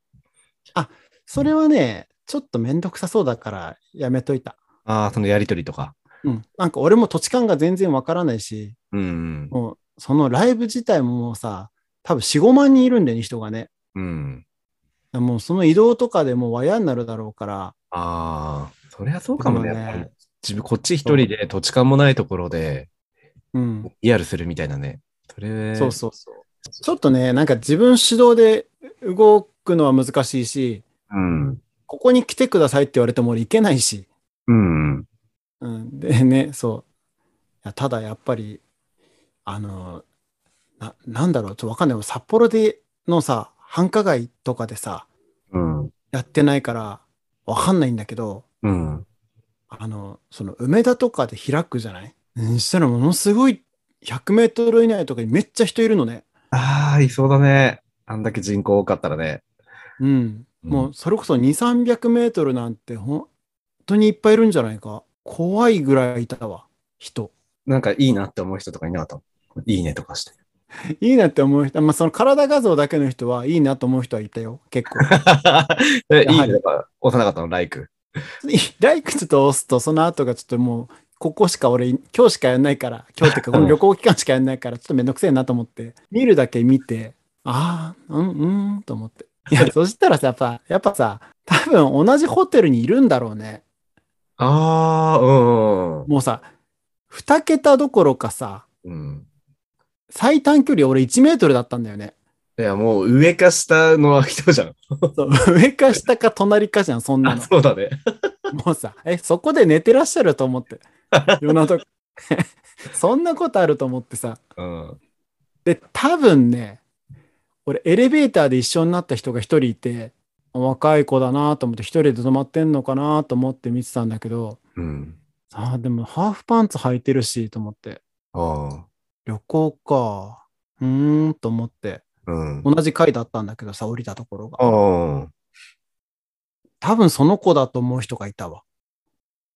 Speaker 2: それはね、ちょっとめんどくさそうだからやめといた。
Speaker 1: ああ、そのやりとりとか。
Speaker 2: うん。なんか俺も土地勘が全然わからないし、
Speaker 1: うん。
Speaker 2: もうそのライブ自体ももうさ、多分4、5万人いるんだよね、人がね。
Speaker 1: うん。
Speaker 2: もうその移動とかでもうわやになるだろうから、
Speaker 1: ああ、そりゃそうかもね。
Speaker 2: でもね
Speaker 1: やっぱり自分、こっち一人で土地勘もないところで、
Speaker 2: うん。
Speaker 1: リアルするみたいなね。それ、
Speaker 2: そうそうそう。ちょっとね、なんか自分主導で動くのは難しいし、
Speaker 1: うん。
Speaker 2: ここに来てくださいって言われても俺行けないし、
Speaker 1: うん。
Speaker 2: うん、でね、そう。いやただやっぱり、あの、ななんだろう、ちょっとわかんない。札幌でのさ、繁華街とかでさ、
Speaker 1: うん。
Speaker 2: やってないからわかんないんだけど、
Speaker 1: うん。
Speaker 2: あの、その梅田とかで開くじゃないうんしたらものすごい100メートル以内とかにめっちゃ人いるのね。
Speaker 1: ああ、いそうだね。あんだけ人口多かったらね。
Speaker 2: うん、
Speaker 1: うん
Speaker 2: もうそれこそ2、300メートルなんて本当にいっぱいいるんじゃないか。怖いぐらいいたわ、人。
Speaker 1: なんかいいなって思う人とかいなかったのいいねとかして。
Speaker 2: いいなって思う人、まあ、その体画像だけの人はいいなと思う人はいたよ、結構。
Speaker 1: えい
Speaker 2: やはいり
Speaker 1: ねとか押さなかったのライク。
Speaker 2: ライクちょっと押すと、その後がちょっともう、ここしか俺、今日しかやんないから、今日っていうか、この旅行期間しかやんないから、ちょっとめんどくせえなと思って、見るだけ見て、ああ、うん、うん、と思って。いや、そしたらさ、やっぱ、やっぱさ、多分同じホテルにいるんだろうね。
Speaker 1: ああ、うん。
Speaker 2: もうさ、 2桁どころかさ、
Speaker 3: うん。
Speaker 2: 最短距離俺1メートルだったんだよね。
Speaker 3: いや、もう上か下の人じゃん。
Speaker 2: そう上か下か隣かじゃん、そんな
Speaker 3: あ、
Speaker 2: の。
Speaker 3: そうだね。
Speaker 2: もうさ、え、そこで寝てらっしゃると思 って。夜なと そんなことあると思ってさ。
Speaker 3: うん。
Speaker 2: で、多分ね、俺エレベーターで一緒になった人が一人いて、若い子だなと思って一人で止まってんのかなと思って見てたんだけど、
Speaker 1: うん。
Speaker 2: ああ、でもハーフパンツ履いてるしと思って、
Speaker 1: あ
Speaker 2: 旅行か。うーんと思って、
Speaker 1: あ。うん。
Speaker 2: 同じ階だったんだけどさ、降りたところが。
Speaker 1: あ
Speaker 2: 多分その子だと思う人がいたわ。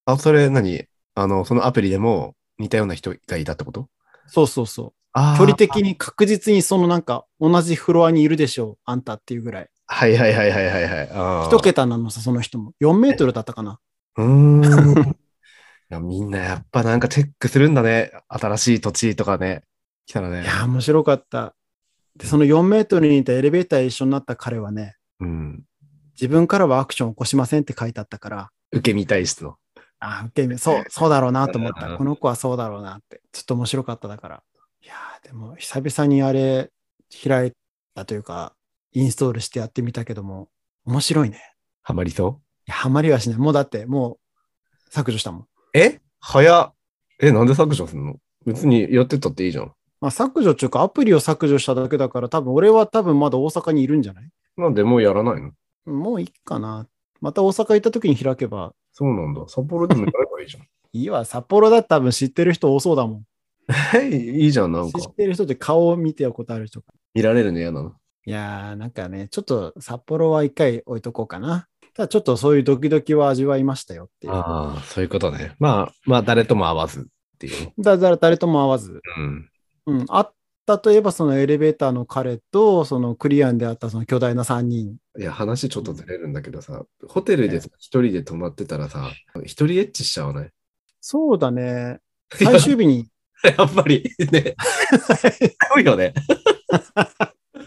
Speaker 1: あ。あ、それ何あの、そのアプリでも似たような人がいたってこと
Speaker 2: そうそうそ
Speaker 1: あ
Speaker 2: う。
Speaker 1: あ。
Speaker 2: 距離的に確実にそのなんか同じフロアにいるでしょう、あんたっていうぐらい。
Speaker 1: はいはいはいはいはいはい。ああ
Speaker 2: 一桁なのさ、その人も。4メートルだったかな。
Speaker 1: うーん。いやみんなやっぱなんかチェックするんだね。新しい土地とかね。来たらね。
Speaker 2: いやー、面白かった。で、その4メートルにいたエレベーター一緒になった彼はね、
Speaker 1: うん。
Speaker 2: 自分からはアクション起こしませんって書いてあったから、
Speaker 1: 受け身体質の。
Speaker 2: ああ、受け身、そう、そうだろうなと思っ
Speaker 3: うんうんう
Speaker 2: た。
Speaker 3: ん
Speaker 2: この子はそうだろうなって。ちょっと面白かっただから。いやー、でも久々にあれ、開いたというか、インストールしてやってみたけども、面白いね。
Speaker 1: ハマりそ
Speaker 2: いや、ハマりはしない。もうだって、もう削除したもん。
Speaker 1: うえ早っ。え、なんで削除するの別にやってったっていいじゃん。
Speaker 2: まあ、削除っていうか、アプリを削除しただけだから、多分俺は多分まだ大阪にいるんじゃない
Speaker 1: なんでもうやらないの
Speaker 2: もういいかな。また大阪行った時に開けば、
Speaker 1: そうなんだ。札幌でもやればいいじゃん。
Speaker 2: いいわ、札幌だって多分知ってる人多そうだも。
Speaker 1: えいいじゃん、なんん
Speaker 2: 知
Speaker 1: か。
Speaker 2: ってる人って顔を見てることある人か。
Speaker 1: 見られるの嫌なの。
Speaker 2: いやー、なんかね、ちょっと札幌は一回置いとこうかな。ただちょっとそういうドキドキは味わいましたよっていう。
Speaker 1: ああ、そういうことね。まあ、まあ、誰とも会わずっていう。
Speaker 2: だから誰とも会わず。
Speaker 1: うん。
Speaker 2: うん、会ったといえばそのエレベーターの彼と、そのクリアンであったその巨大な3人。
Speaker 1: いや、話ちょっとずれるんだけどさ、ホテルでさ一人で泊まってたらさ、一人エッチしちゃわない
Speaker 2: そうだね。最終日に、
Speaker 1: やっぱり、 ね。多いよね。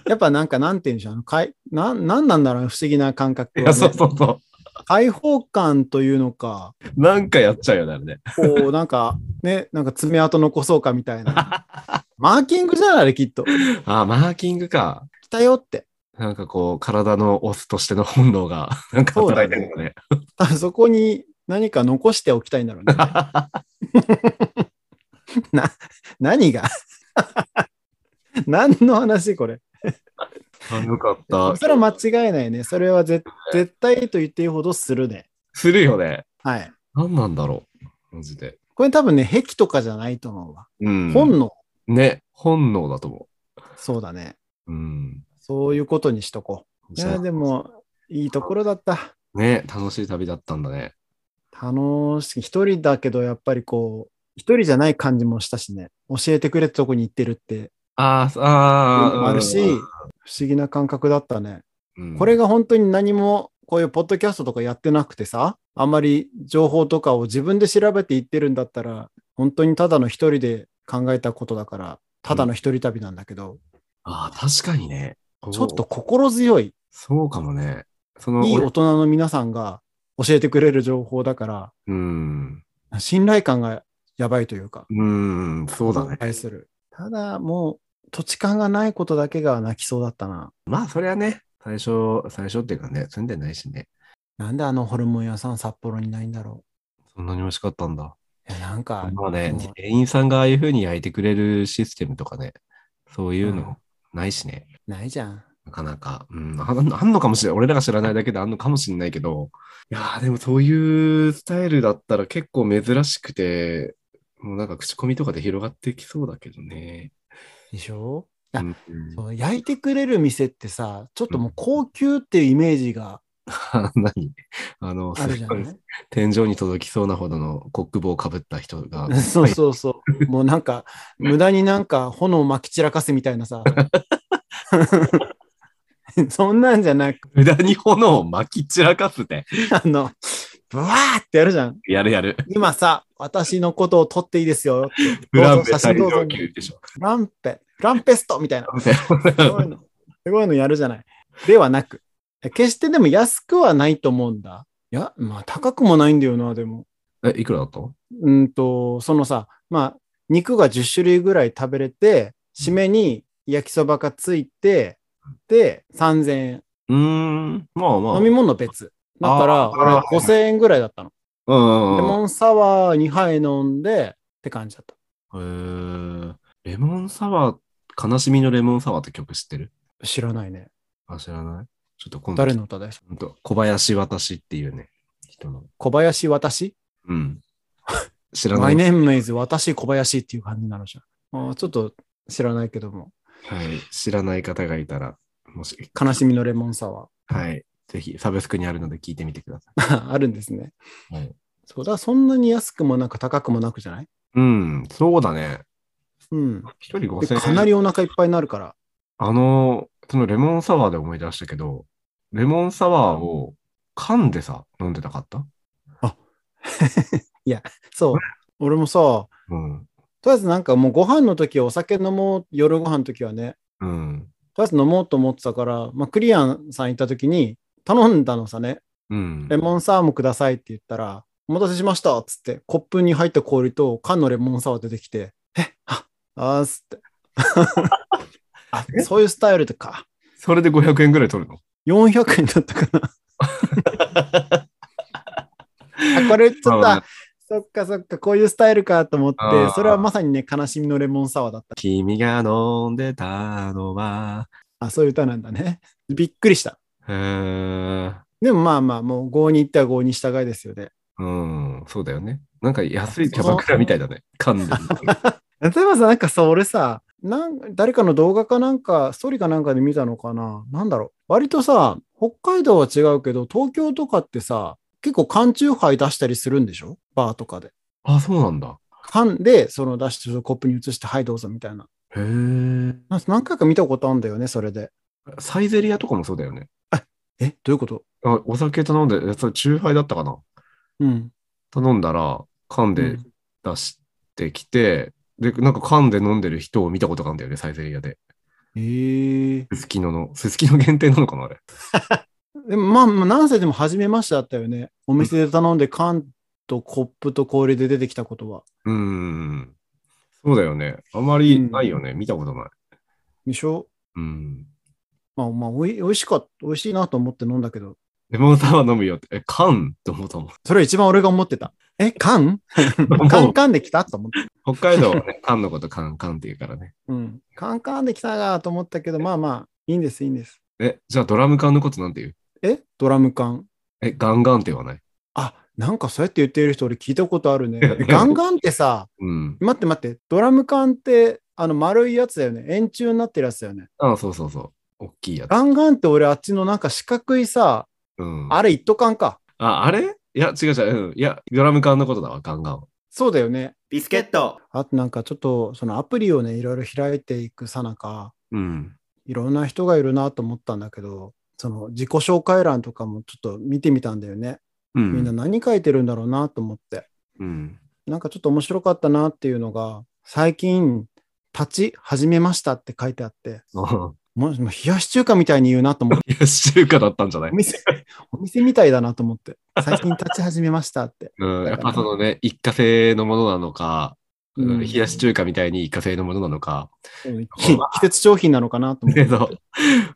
Speaker 2: やっぱなんかなんて言うんでしょうあのかいな。なんなんだろうね不思議な感覚
Speaker 1: い
Speaker 2: は、
Speaker 1: や、
Speaker 2: ね。
Speaker 1: そうそうそ
Speaker 2: 開放感というのか、
Speaker 1: う。なんかやっちゃうよね、あれね。
Speaker 2: こ う、なんか、ね、なんか爪痕残そうかみたいな。マーキングじゃないあれ、きっと。来
Speaker 1: ああ、マーキングか。
Speaker 2: たよって。
Speaker 1: なんかこう、体のオスとしての本能が、 なんか働いてるよね。
Speaker 2: 多分そこに何か残しておきたいん だろうね。な、何が 何の話これ。
Speaker 1: あよかっ
Speaker 2: そ
Speaker 1: た。
Speaker 2: れは間違いないね。それは絶絶対と言っていいほどするね。
Speaker 1: するよね。
Speaker 2: はい。
Speaker 1: なんなんだろう。マジで。
Speaker 2: これ多分ね、癖とかじゃないと思うわ。
Speaker 1: うん
Speaker 2: 本能。
Speaker 1: ね、本能だと思
Speaker 2: そうだね。
Speaker 1: う。うん。
Speaker 2: そういうことにしとこう。い
Speaker 1: じゃ
Speaker 2: や、
Speaker 1: あ
Speaker 2: でも、いいところだった。
Speaker 1: ね、楽しい旅だったんだね。
Speaker 2: 楽しい。一人だけど、やっぱりこう、一人じゃない感じもしたしね、教えてくれたとこに行ってるって、
Speaker 1: あーあー、
Speaker 2: あるし、不思議な感覚だったね。
Speaker 1: うん
Speaker 2: これが本当に何も、こういうポッドキャストとかやってなくてさ、あんまり情報とかを自分で調べて行ってるんだったら、本当にただの一人で考えたことだから、ただの一人旅なんだけど、
Speaker 1: ああ、確かにね。
Speaker 2: ちょっと。心強い、
Speaker 1: そうかもね。その、
Speaker 2: いい
Speaker 1: 俺
Speaker 2: 大人の皆さんが教えてくれる情報だか
Speaker 1: うん。
Speaker 2: ら、信頼感がやばいというか、
Speaker 1: うん、そうだね。
Speaker 2: 対する。ただ、もう、土地勘がないことだけが泣きそうだったな。
Speaker 1: まあ、それはね、最初、最初っていうかね、住んでないしね。
Speaker 2: なんであのホルモン屋さん札幌にないんだろ
Speaker 1: そんなに美味しかったんだ。
Speaker 2: う。いや、なんか、
Speaker 1: まあね
Speaker 2: もう、
Speaker 1: 店員さんがああいう風に焼いてくれるシステムとかね、そういうのないしね。
Speaker 2: ないじゃん。
Speaker 1: なかなか、うん、ああんのかもしれない。俺らが知らないだけであんのかもしれないけど、いやーでもそういうスタイルだったら結構珍しくて、もうなんか口コミとかで広がってきそうだけどね。
Speaker 2: でしょあ
Speaker 1: うん
Speaker 2: そう焼いてくれる店ってさ、ちょっともう高級っていうイメージが
Speaker 1: 何あの、
Speaker 2: あるじゃ
Speaker 1: すっごい
Speaker 2: な
Speaker 1: 天井に届きそうなほどのコック帽をかぶった人 が
Speaker 2: い、そうそうそう。もうなんか、無駄になんか炎をまき散らかすみたいなさ。そんなんじゃなく、
Speaker 1: 無駄に炎を巻き散らかすって。
Speaker 2: あの、ブワーってやるじゃん。
Speaker 1: やるやる。
Speaker 2: 今さ、私のことを撮っていいですよ。
Speaker 1: フラン
Speaker 2: どうぞ
Speaker 1: ベ
Speaker 2: 写真
Speaker 1: 最
Speaker 2: どうぞ
Speaker 1: 上級でしょ。
Speaker 2: フランペ、フランペストみたいな。 そういうの、すごいのやるじゃない。ではなく。決してでも安くはないと思うんだ。いや、まあ高くもないんだよな、でも。
Speaker 1: え、いくらだったの
Speaker 2: うんと、そのさ、まあ、肉が10種類ぐらい食べれて、締めに焼きそばがついて、で、3000円。
Speaker 1: うーん。まあまあ。
Speaker 2: 飲み物別。だから、
Speaker 1: あーあ
Speaker 2: 俺5000円ぐらいだったの。
Speaker 1: うんうん
Speaker 2: レ
Speaker 1: うん。
Speaker 2: モンサワー2杯飲んで、って感じだった。
Speaker 1: えー、レモンサワー、悲しみのレモンサワーって曲知ってる
Speaker 2: 知らないね。
Speaker 1: あ、知らないちょっと今度、
Speaker 2: 誰の歌だよ。
Speaker 1: ほんと小林私っていうね、人の。
Speaker 2: 小林私
Speaker 1: うん。 知らな
Speaker 2: ?My
Speaker 1: い。
Speaker 2: name is 私小林っていう感じになるじゃん。あーちょっと知らないけども。
Speaker 1: はい。知らない方がいたら、もし、
Speaker 2: 悲しみのレモンサワ
Speaker 1: はい。ぜひ、サブスクにあるので聞いてみてくださ
Speaker 2: ー。 あるんですね。
Speaker 1: い。はい、
Speaker 2: そうだ、そんなに安くもなく高くもなくじゃない
Speaker 1: うん、そうだね。
Speaker 2: うん。
Speaker 1: 一人
Speaker 2: で
Speaker 1: 5000円。
Speaker 2: かなりお腹いっぱいになるから。
Speaker 1: あの、そのレモンサワーで思い出したけど、レモンサワーを噛んでさ、飲んでなかった
Speaker 2: そう。俺もさ、
Speaker 1: うん。
Speaker 2: とりあえずなんかもうご飯の時はお酒飲もう、夜ご飯の時はね、
Speaker 1: うん。
Speaker 2: とりあえず飲もうと思ってたから、まあ、クリアンさん行った時に頼んだのさね、
Speaker 1: うん。
Speaker 2: レモンサワーもくださいって言ったら、お待たせしましたっつって、コップに入った氷と缶のレモンサワー出てきて、えああーっつって。あ そういうスタイルとか。
Speaker 1: それで500円ぐらい取るの
Speaker 2: 400円だったかな。 あこれちょっと、あそっかそっか、こういうスタイルかと思って
Speaker 1: あー、
Speaker 2: それはまさにね、悲しみのレモンサワーだった。
Speaker 1: 君が飲んでたのは、
Speaker 2: あ、そういう歌なんだね。びっくりした。
Speaker 1: へー
Speaker 2: でもまあまあ、もう郷に行ったら郷に従いですよね。
Speaker 1: うん、そうだよね。なんか安いキャバクラみたいだね。噛 んでる。
Speaker 2: 例えばさ、なんかさ、俺さ、なん誰かの動画かなんか、ストーリーかなんかで見たのかななんだろう。割とさ、北海道は違うけど、東京とかってさ、結構缶チューハイ出したりするんでしょバーとかで。
Speaker 1: あ、そうなんだ。
Speaker 2: 缶で、その出して、コップに移して、はい、どうぞみたいな。
Speaker 1: へえ。
Speaker 2: なんか何回か見たことあるんだよね、それで。
Speaker 1: サイゼリアとかもそうだよね。
Speaker 2: え、どういうこと
Speaker 1: あ、お酒頼んで、えそれ、チューハイだったかな
Speaker 2: うん。
Speaker 1: 頼んだら、噛ん
Speaker 2: う
Speaker 1: で
Speaker 2: ん
Speaker 1: 出してきて、で、なんか噛んで飲んでる人を見たことがあるんだよね、サイゼリアで。
Speaker 2: ええ
Speaker 1: すすきのの、すすきの限定なのかな、あれ。
Speaker 2: でもまあ、まあなんせでも初めましてだったよね。お店で頼んで缶とコップと氷で出てきたことは。
Speaker 1: うーん。そうだよね。あまりないよね。見たことない。
Speaker 2: でしょ
Speaker 1: うん。
Speaker 2: まあまあ、おい美味しかった、美味しいなと思って飲んだけど、
Speaker 1: レモンサワー飲むよって、え、缶と思ったもん。
Speaker 2: それ一番俺が思ってた。え、缶カンカンで来たと思って。
Speaker 1: 北海道はね、缶のことカンカンって言うからね。
Speaker 2: うん。カンカンで来たがと思ったけど、まあまあ、いいんです、いいんです。
Speaker 1: え、じゃあドラム缶のことなんて言う
Speaker 2: え、ドラム缶。
Speaker 1: え、ガンガンって言わない
Speaker 2: あ、なんかそうやって言ってる人俺聞いたことあるね。ガンガンってさ、
Speaker 1: うん。
Speaker 2: 待って待って、ドラム缶って、あの丸いやつだよね。円柱になってるやつだよね。
Speaker 1: あそうそうそう。大きいやつ。
Speaker 2: ガンガンって俺あっちのなんか四角いさ、
Speaker 1: うん、あ
Speaker 2: あれ一斗缶か。
Speaker 1: あ、れいや、違う違う、うん。いや、ドラム缶のことだわ、ガンガンは。
Speaker 2: そうだよね。
Speaker 3: ビスケット
Speaker 2: あとなんかちょっとそのアプリをね、いろいろ開いていくさなか、
Speaker 1: うん。
Speaker 2: いろんな人がいるなと思ったんだけど、その自己紹介欄とかもちょっと見てみたんだよね。
Speaker 1: うん。
Speaker 2: みんな何書いてるんだろうなと思って。
Speaker 1: うん。
Speaker 2: なんかちょっと面白かったなっていうのが、最近、立ち始めましたって書いてあって、
Speaker 1: あ
Speaker 2: もうもう冷やし中華みたいに言うなと 思って、
Speaker 1: いや、中華だったんじゃない
Speaker 2: お店、お店みたいだなと思って、最近立ち始めましたって。
Speaker 1: うん。やっぱそのね、一過性のものなのか、
Speaker 2: う
Speaker 1: うんん、冷やし中華みたいに一過性のものなのか、
Speaker 2: うん季季節商品なのかなと 思っ
Speaker 1: け
Speaker 2: て。
Speaker 1: ど、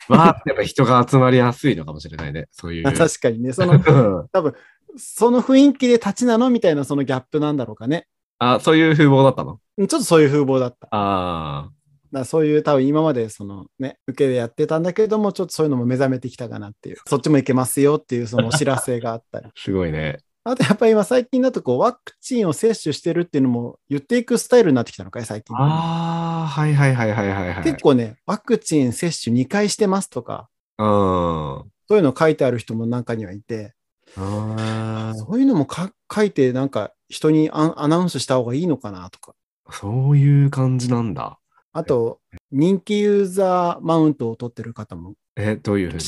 Speaker 1: まあ、やっぱ人が集まりやすいのかもしれないね。そういう。
Speaker 2: あ確かにね、その、
Speaker 1: うん
Speaker 2: その雰囲気で立ちなのみたいなそのギャップなんだろうかね。
Speaker 1: あ、そういう風貌だったの
Speaker 2: うんちょっとそういう風貌だった。だか
Speaker 1: ああ。
Speaker 2: らそういう多分今までそのね、受けでやってたんだけども、ちょっとそういうのも目覚めてきたかなっていう、そっちもいけますよっていうそのお知らせがあったり。
Speaker 1: すごいね。
Speaker 2: あとやっぱり今最近だとこうワクチンを接種してるっていうのも言っていくスタイルになってきたのかい最近。
Speaker 1: ああ、はいはいはいはいはい、はい。
Speaker 2: 結構ね、ワクチン接種2回してますとか、
Speaker 1: 構。うん。
Speaker 2: そういうの書いてある人も中にはいて、
Speaker 1: あ
Speaker 2: そういうのもか書いてなんか人にアンアナウンスした方がいいのかなとか。
Speaker 1: あ、そういう感じなんだ。
Speaker 2: あと、人気ユーザーマウントを取ってる方も、
Speaker 1: え、どういうふうに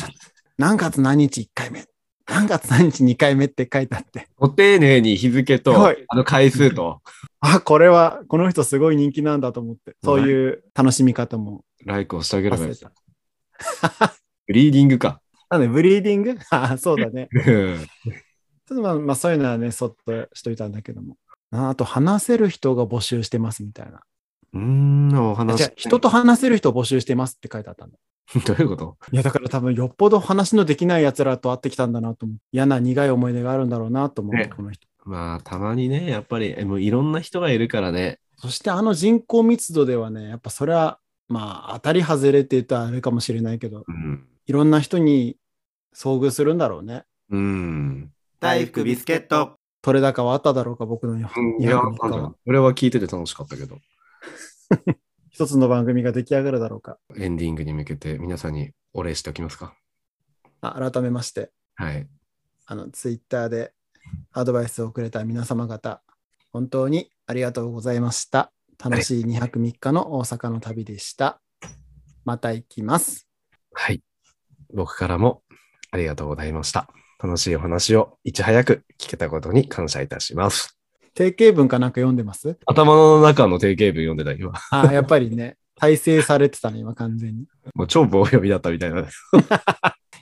Speaker 2: 何月何日1回目、何月何日2回目って書いてあって、
Speaker 1: ご丁寧に日付と、
Speaker 2: はい
Speaker 1: あの回数と、
Speaker 2: あ、これは、この人すごい人気なんだと思って、そういう楽しみ方も
Speaker 1: ライクをしてあげればい
Speaker 2: 忘
Speaker 1: い
Speaker 2: れ。た。
Speaker 1: ブリーディングか。
Speaker 2: なので、ブリーディング あそうだね。
Speaker 1: うん
Speaker 2: ちょっとまあ、まあ、そういうのはね、そっとしといたんだけども。ああと話せる人が募集してますみたいな。
Speaker 1: うーん、お話。
Speaker 2: じゃ人と話せる人を募集してますって書いてあったんだ。
Speaker 1: どういうこと
Speaker 2: いや、だから多分よっぽど話のできない奴らと会ってきたんだなと思う。嫌な苦い思い出があるんだろうなと思う、
Speaker 1: ね
Speaker 2: この人。
Speaker 1: まあ、たまにね、やっぱり、えもういろんな人がいるからね。
Speaker 2: そしてあの人口密度ではね、やっぱそれは、まあ当たり外れって言ったらあれかもしれないけど、
Speaker 1: うん。
Speaker 2: いろんな人に遭遇するんだろうね。
Speaker 1: うん。
Speaker 5: 大福ビスケット。
Speaker 2: 取れ高はあっただろうか、僕の
Speaker 1: いや、
Speaker 2: 200日は。
Speaker 1: 俺は聞いてて楽しかったけど、
Speaker 2: 一つの番組が出来上がるだろうか。
Speaker 1: エンディングに向けて皆さんにお礼しておきますか。
Speaker 2: あ改めまして、
Speaker 1: はい。
Speaker 2: あの、ツイッターでアドバイスをくれた皆様方、本当にありがとうございました。楽しい2泊3日の大阪の旅でした。また行きます。
Speaker 1: はい。僕からもありがとうございました。楽しいお話をいち早く聞けたことに感謝いたします。
Speaker 2: 定型文かなんか読ん でます
Speaker 1: 頭の中の定型文読んでた今。
Speaker 2: あやっぱりね、体制されてたね、今完全に。い
Speaker 1: もう超棒読みだったみたいな。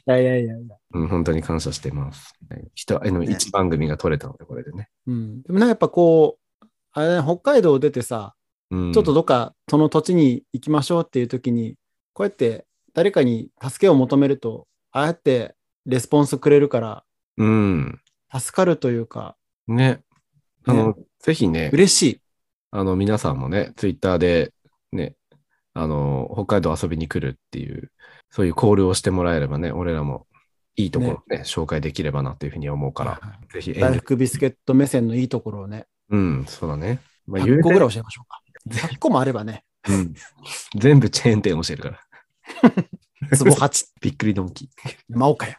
Speaker 2: やいやいやいや。
Speaker 1: うん、本当に感謝してます。はい人、あの、
Speaker 2: ね
Speaker 1: 一番組が取れたので、これでね。
Speaker 2: うん。でもね、やっぱこう、あれだね、北海道を出てさ、
Speaker 1: うん、
Speaker 2: ちょっとどっかその土地に行きましょうっていう時に、こうやって誰かに助けを求めると、ああやってレスポンスくれるから、
Speaker 1: うん。
Speaker 2: 助かるというか、
Speaker 1: ね。あの、ぜひね、
Speaker 2: 嬉しい。
Speaker 1: あの、皆さんもね、ツイッターで、ね、あの、北海道遊びに来るっていう、そういうコールをしてもらえればね、俺らもいいところね、紹介できればなっていうふうに思うから、
Speaker 2: は
Speaker 1: ぜひ
Speaker 2: い
Speaker 1: 遠
Speaker 2: 大
Speaker 1: 慮、
Speaker 2: 福ビスケット目線のいいところをね、
Speaker 1: うん、そうだね。まあ、言
Speaker 2: 100
Speaker 1: う
Speaker 2: 個ぐら
Speaker 1: て、
Speaker 2: い教えましょうか。100個もあれば ね、
Speaker 1: うん全部チェーン店教えるから。
Speaker 2: ツボ8、
Speaker 1: びっくりドンキ
Speaker 2: 山岡や。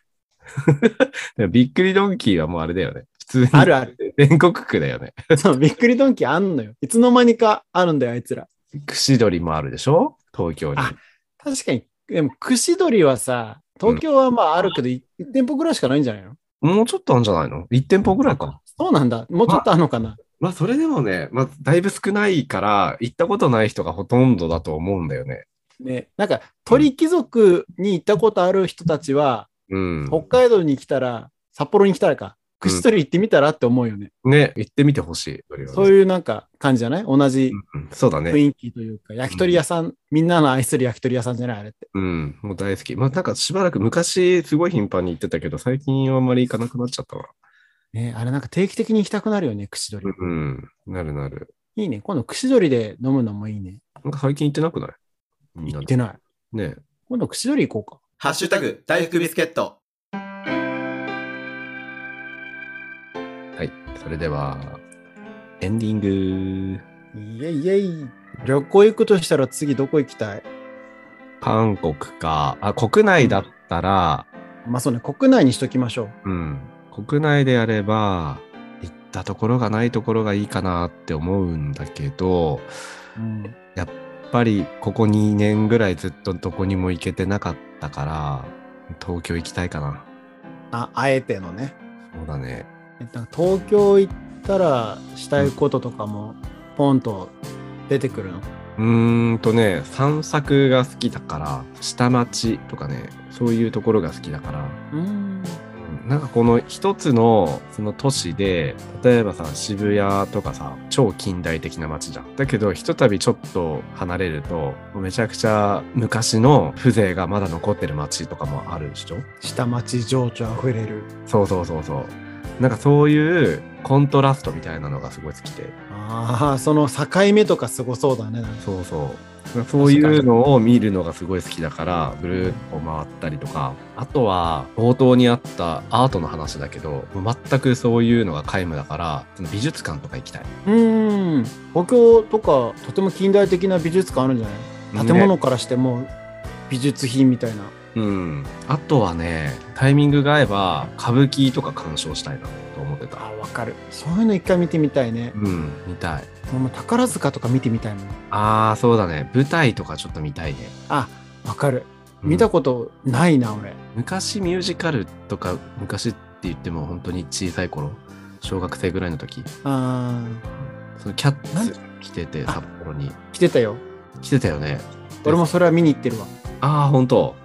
Speaker 1: ー。でもびっくりドンキーはもうあれだよね。普通に
Speaker 2: あるある。
Speaker 1: 全国区だよね。
Speaker 2: そう、びっくりドンキーあんのよ。いつの間にかあるんだよ、あいつら。
Speaker 1: 串取りもあるでしょ東京に。
Speaker 2: あ確かに、でも、串取りはさ、東京はまああるけど、1店舗ぐらいしかないんじゃないの
Speaker 1: もうちょっとあるんじゃないの ?1 店舗ぐらいか。
Speaker 2: そうなんだ。もうちょっとあるのかな。
Speaker 1: まあ、それでもね、まあ、だいぶ少ないから、行ったことない人がほとんどだと思うんだよね。
Speaker 2: ね、なんか鳥貴族に行ったことある人たちは、
Speaker 1: うん。
Speaker 2: 北海道に来たら、札幌に来たらか、串取り行ってみたらって思うよね。
Speaker 1: ね、行ってみてほしい。
Speaker 2: そう
Speaker 1: う、
Speaker 2: いうなんか感じじゃない同じ
Speaker 1: うんそうだね。
Speaker 2: 雰囲気というか、焼き鳥屋さん、みんなの愛する焼き鳥屋さんじゃないあれって。
Speaker 1: うん。もう大好き。まあ、なんかしばらく昔、すごい頻繁に行ってたけど、最近はあんまり行かなくなっちゃったわ。
Speaker 2: ね、あれなんか定期的に行きたくなるよね、串取り。
Speaker 1: うん。なるなる。
Speaker 2: いいね。今度串取りで飲むのもいいね。
Speaker 1: なんか最近行ってなくないみんな
Speaker 2: 行っ
Speaker 1: で
Speaker 2: てない。
Speaker 1: ね。
Speaker 2: 今度串取り行こうか。
Speaker 5: ハッシュタグ、大福ビスケット。
Speaker 1: はい。それでは、エンディング。
Speaker 2: イエイイエイ。旅行行くとしたら次どこ行きたい
Speaker 1: 韓国か。あ、国内だったら、
Speaker 2: まあそうね、国内にしときましょう。
Speaker 1: うん。国内であれば、行ったところがないところがいいかなって思うんだけど、
Speaker 2: うん、
Speaker 1: やっぱりここ2年ぐらいずっとどこにも行けてなかったから、東京行きたいかな。
Speaker 2: あ、あえてのね。
Speaker 1: そうだね。
Speaker 2: えっと東京行ったらしたいこととかもポンと出てくるの、
Speaker 1: うーんとね、散策が好きだから、下町とかね、そういうところが好きだから、
Speaker 2: うん、
Speaker 1: うんなんかこの一つのその都市で例えばさ渋谷とかさ超近代的な街じゃんだけどひとたびちょっと離れるとめちゃくちゃ昔の風情がまだ残ってる街とかもあるでしょ
Speaker 2: 下町情緒あふれる
Speaker 1: そうそうそうそうなんかそういうコントラストみたいなのがすごい好きで
Speaker 2: ああその境目とかすごそうだねなんか
Speaker 1: そうそうそういうのを見るのがすごい好きだからぐるーっと回ったりとかあとは冒頭にあったアートの話だけどもう全くそういうのが皆無だからその美術館とか行きたい
Speaker 2: うん東京とかとても近代的な美術館あるんじゃない建
Speaker 1: ね
Speaker 2: 物からしてもう美術品みたいな、
Speaker 1: うんあとはねタイミングが合えば歌舞伎とか鑑賞したいなと思ってた
Speaker 2: あわかるそういうの一回見てみたいね、
Speaker 1: うん見たい
Speaker 2: もう宝塚とか見てみたいもん
Speaker 1: ああそうだね舞台とかちょっと見たいね
Speaker 2: あわかる
Speaker 1: うん
Speaker 2: 見たことないな、俺
Speaker 1: 昔ミュージカルとか昔って言っても本当に小さい頃小学生ぐらいの時
Speaker 2: あ
Speaker 1: そのキャッ
Speaker 2: なん
Speaker 1: ツ着てて
Speaker 2: あ
Speaker 1: 札幌に
Speaker 2: ー来てたよ
Speaker 1: 来てたよね
Speaker 2: 俺もそれは見に行ってるわ
Speaker 1: ああ本当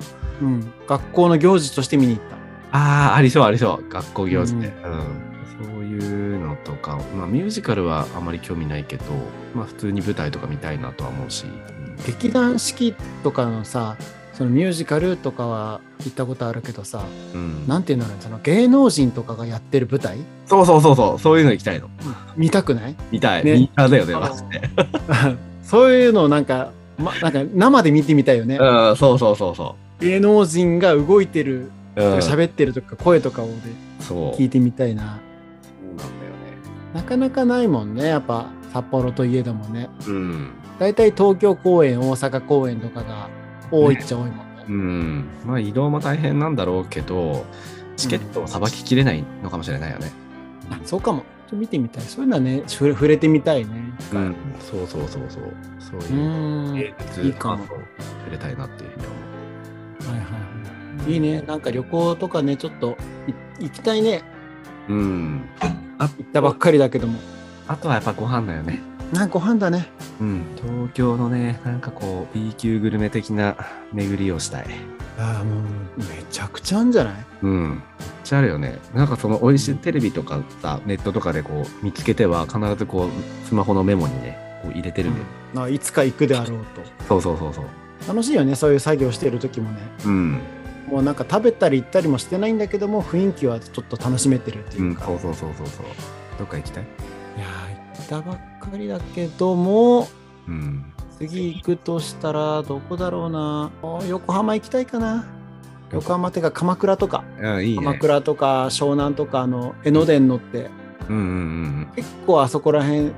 Speaker 2: うん、学校の行事として見に行った。
Speaker 1: ああありそうありそう学校行事で、う
Speaker 2: う
Speaker 1: んそういうのとか、まあ、ミュージカルはあまり興味ないけど、まあ、普通に舞台とか見たいなとは思うし、うん
Speaker 2: 劇団四季とかのさそのミュージカルとかは行ったことあるけどさ
Speaker 1: うん
Speaker 2: なんていうんだろうねその芸能人とかがやってる舞台
Speaker 1: そうそうそうそう、そういうの行きたいの。
Speaker 2: 見たくない
Speaker 1: 見たい。
Speaker 2: ね
Speaker 1: ミーハーだよね、
Speaker 5: あの
Speaker 1: マジで。
Speaker 2: そういうのをなんか,、ま、なんか生で見てみたいよね
Speaker 1: うん、そうそうそうそ
Speaker 2: 芸能人が動いてる
Speaker 1: う。うん、
Speaker 2: 喋ってるとか声とかをで
Speaker 1: そう。
Speaker 2: 聞いてみたいな
Speaker 1: そうなんだよね。
Speaker 2: なかなかないもんねやっぱ札幌といえどもね
Speaker 1: うん。
Speaker 2: だいたい東京公演大阪公演とかが多いっちゃ多いもんね
Speaker 1: うん、まあ移動も大変なんだろうけど、チケットをさばききれないのかもしれないよね。
Speaker 2: あそうかもちょっと見てみたいそういうのはね触れ触れてみたいね
Speaker 1: うん、そうそうそうそう。そう
Speaker 2: う
Speaker 1: いう
Speaker 2: ーんは
Speaker 1: 芸
Speaker 2: いいい
Speaker 1: 術
Speaker 2: か
Speaker 1: 感
Speaker 2: も
Speaker 1: を触れたいなっていうふうに思う。
Speaker 2: はいはいいいねなんか旅行とかねちょっとい行きたいね
Speaker 1: うん。
Speaker 2: 行ったばっかりだけども
Speaker 1: あとはやっぱご飯だよね。
Speaker 2: なんかご飯だね
Speaker 1: うん。東京のね、なんかこう、B 級グルメ的な巡りをしたい。
Speaker 2: ああもうめちゃくちゃあんじゃない
Speaker 1: うん。めっちゃあるよね。なんかその美味しいテレビとかさ、ネットとかでこう、見つけては必ずこう、スマホのメモにね、こう入れてるんだよ。
Speaker 2: あいつか行くであろうと
Speaker 1: そうそうそうそう。
Speaker 2: 楽しいよねそういう作業してる時もね
Speaker 1: うん。
Speaker 2: もうなんか食べたり行ったりもしてないんだけども雰囲気はちょっと楽しめてるって
Speaker 1: う
Speaker 2: い
Speaker 1: ん、
Speaker 2: うか、
Speaker 1: そ
Speaker 2: いう
Speaker 1: そうそうそうそう。どっか行きたい
Speaker 2: やー行ったばっかりだけども
Speaker 1: うん。
Speaker 2: 次行くとしたらどこだろうなあー横浜行きたいかな横浜ってか鎌倉とか
Speaker 1: あいいね。
Speaker 2: 鎌倉とか湘南とかあの江ノ電乗って
Speaker 1: うんうん
Speaker 2: 結構あそこら辺好